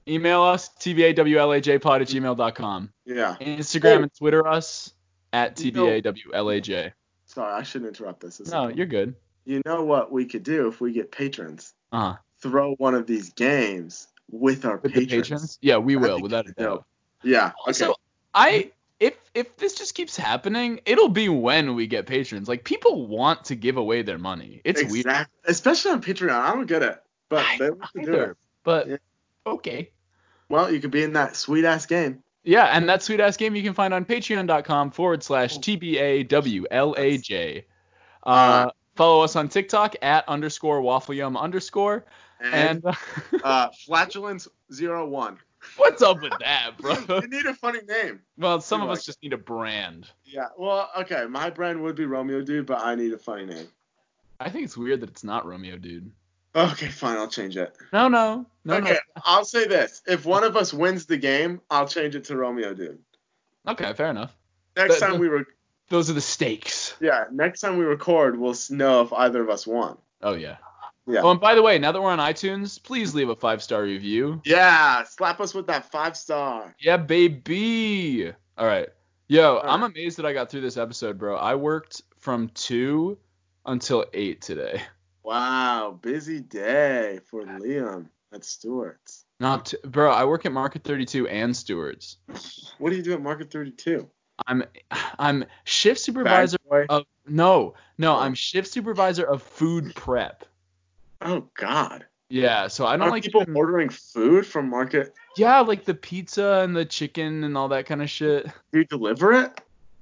[SPEAKER 1] email us tbawlajpod at gmail.com.
[SPEAKER 2] Yeah,
[SPEAKER 1] Instagram
[SPEAKER 2] Oh.
[SPEAKER 1] and Twitter us at
[SPEAKER 2] You know-
[SPEAKER 1] tbawlaj.
[SPEAKER 2] sorry, I shouldn't interrupt this. This is
[SPEAKER 1] No,
[SPEAKER 2] cool.
[SPEAKER 1] you're good.
[SPEAKER 2] You know what we could do if we get patrons?
[SPEAKER 1] Uh huh.
[SPEAKER 2] Throw one of these games with our
[SPEAKER 1] With
[SPEAKER 2] patrons.
[SPEAKER 1] the patrons? Yeah, we
[SPEAKER 2] I
[SPEAKER 1] will,
[SPEAKER 2] think
[SPEAKER 1] without a
[SPEAKER 2] it's dope.
[SPEAKER 1] doubt.
[SPEAKER 2] Yeah. Okay.
[SPEAKER 1] Also, I if if this just keeps happening, it'll be when we get patrons. Like people want to give away their money. It's
[SPEAKER 2] exactly.
[SPEAKER 1] weird.
[SPEAKER 2] Especially on Patreon. I don't get it, but
[SPEAKER 1] I
[SPEAKER 2] they
[SPEAKER 1] don't
[SPEAKER 2] want to do
[SPEAKER 1] either,
[SPEAKER 2] it.
[SPEAKER 1] but
[SPEAKER 2] Yeah.
[SPEAKER 1] okay.
[SPEAKER 2] Well, you could be in that sweet ass game.
[SPEAKER 1] Yeah, and that sweet ass game you can find on patreon.com forward slash TBAWLAJ. Uh,
[SPEAKER 2] Uh,
[SPEAKER 1] follow us on TikTok at underscore waffleyum underscore.
[SPEAKER 2] And,
[SPEAKER 1] And uh,
[SPEAKER 2] uh, flatulence zero one.
[SPEAKER 1] what's up with that, bro?
[SPEAKER 2] you need a funny name.
[SPEAKER 1] Well, some
[SPEAKER 2] You
[SPEAKER 1] of
[SPEAKER 2] like
[SPEAKER 1] us just need a brand.
[SPEAKER 2] Yeah. Well, okay. My brand would be Romeo Dude, but I need a funny name.
[SPEAKER 1] I think it's weird that it's not Romeo, dude.
[SPEAKER 2] Okay, fine. I'll change it.
[SPEAKER 1] No, no, no,
[SPEAKER 2] okay, I'll say this: if one of us wins the game, I'll change it to Romeo, dude.
[SPEAKER 1] no. Okay, fair enough.
[SPEAKER 2] Next
[SPEAKER 1] That-
[SPEAKER 2] time we were,
[SPEAKER 1] Those are the stakes.
[SPEAKER 2] yeah, next time we record, we'll s- know if either of us won.
[SPEAKER 1] Oh yeah.
[SPEAKER 2] Yeah.
[SPEAKER 1] Oh, and by the way, now that we're on iTunes, please leave a five star review.
[SPEAKER 2] Yeah, slap us with that five star.
[SPEAKER 1] Yeah, baby. All right. Yo,
[SPEAKER 2] All
[SPEAKER 1] I'm
[SPEAKER 2] right.
[SPEAKER 1] amazed that I got through this episode, bro. I worked from two until eight today.
[SPEAKER 2] Wow, busy day for Liam at Stewart's.
[SPEAKER 1] Not, t- bro. I work at Market 32 and Stewards.
[SPEAKER 2] What do you do at Market 32?
[SPEAKER 1] I'm, I'm shift supervisor.
[SPEAKER 2] Bag boy?
[SPEAKER 1] Of, no, no, I'm shift supervisor of food prep.
[SPEAKER 2] Oh God.
[SPEAKER 1] Yeah, so I
[SPEAKER 2] I
[SPEAKER 1] don't
[SPEAKER 2] don't
[SPEAKER 1] like
[SPEAKER 2] people
[SPEAKER 1] even-
[SPEAKER 2] ordering food from Market.
[SPEAKER 1] Yeah, like the pizza and the chicken and all that kind of shit.
[SPEAKER 2] Do you deliver it?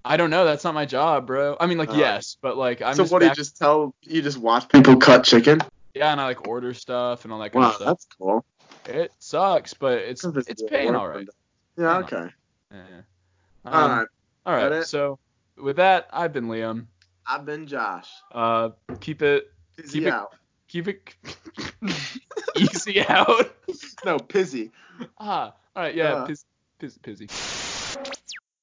[SPEAKER 1] I don't know. That's not my job, bro. I mean, like,
[SPEAKER 2] Uh,
[SPEAKER 1] yes, but like, I'm
[SPEAKER 2] so
[SPEAKER 1] just,
[SPEAKER 2] what do you
[SPEAKER 1] back-
[SPEAKER 2] just tell? You just watch people cut chicken?
[SPEAKER 1] yeah, and I like order stuff and all that kind
[SPEAKER 2] Wow,
[SPEAKER 1] of stuff.
[SPEAKER 2] that's cool.
[SPEAKER 1] It sucks, but it's
[SPEAKER 2] Service
[SPEAKER 1] it's
[SPEAKER 2] will
[SPEAKER 1] paying
[SPEAKER 2] work
[SPEAKER 1] all
[SPEAKER 2] one
[SPEAKER 1] right. Um,
[SPEAKER 2] day. Yeah.
[SPEAKER 1] Why not?
[SPEAKER 2] Okay.
[SPEAKER 1] Yeah.
[SPEAKER 2] all
[SPEAKER 1] Um,
[SPEAKER 2] right.
[SPEAKER 1] all
[SPEAKER 2] that
[SPEAKER 1] right.
[SPEAKER 2] it?
[SPEAKER 1] So with that, I've been Liam.
[SPEAKER 2] I've been Josh.
[SPEAKER 1] Uh, keep it
[SPEAKER 2] Pizzy
[SPEAKER 1] Keep it-
[SPEAKER 2] out.
[SPEAKER 1] keep it easy out.
[SPEAKER 2] No, Pizzy.
[SPEAKER 1] Ah, all right. Yeah,
[SPEAKER 2] Uh.
[SPEAKER 1] piz, piz, pizzy.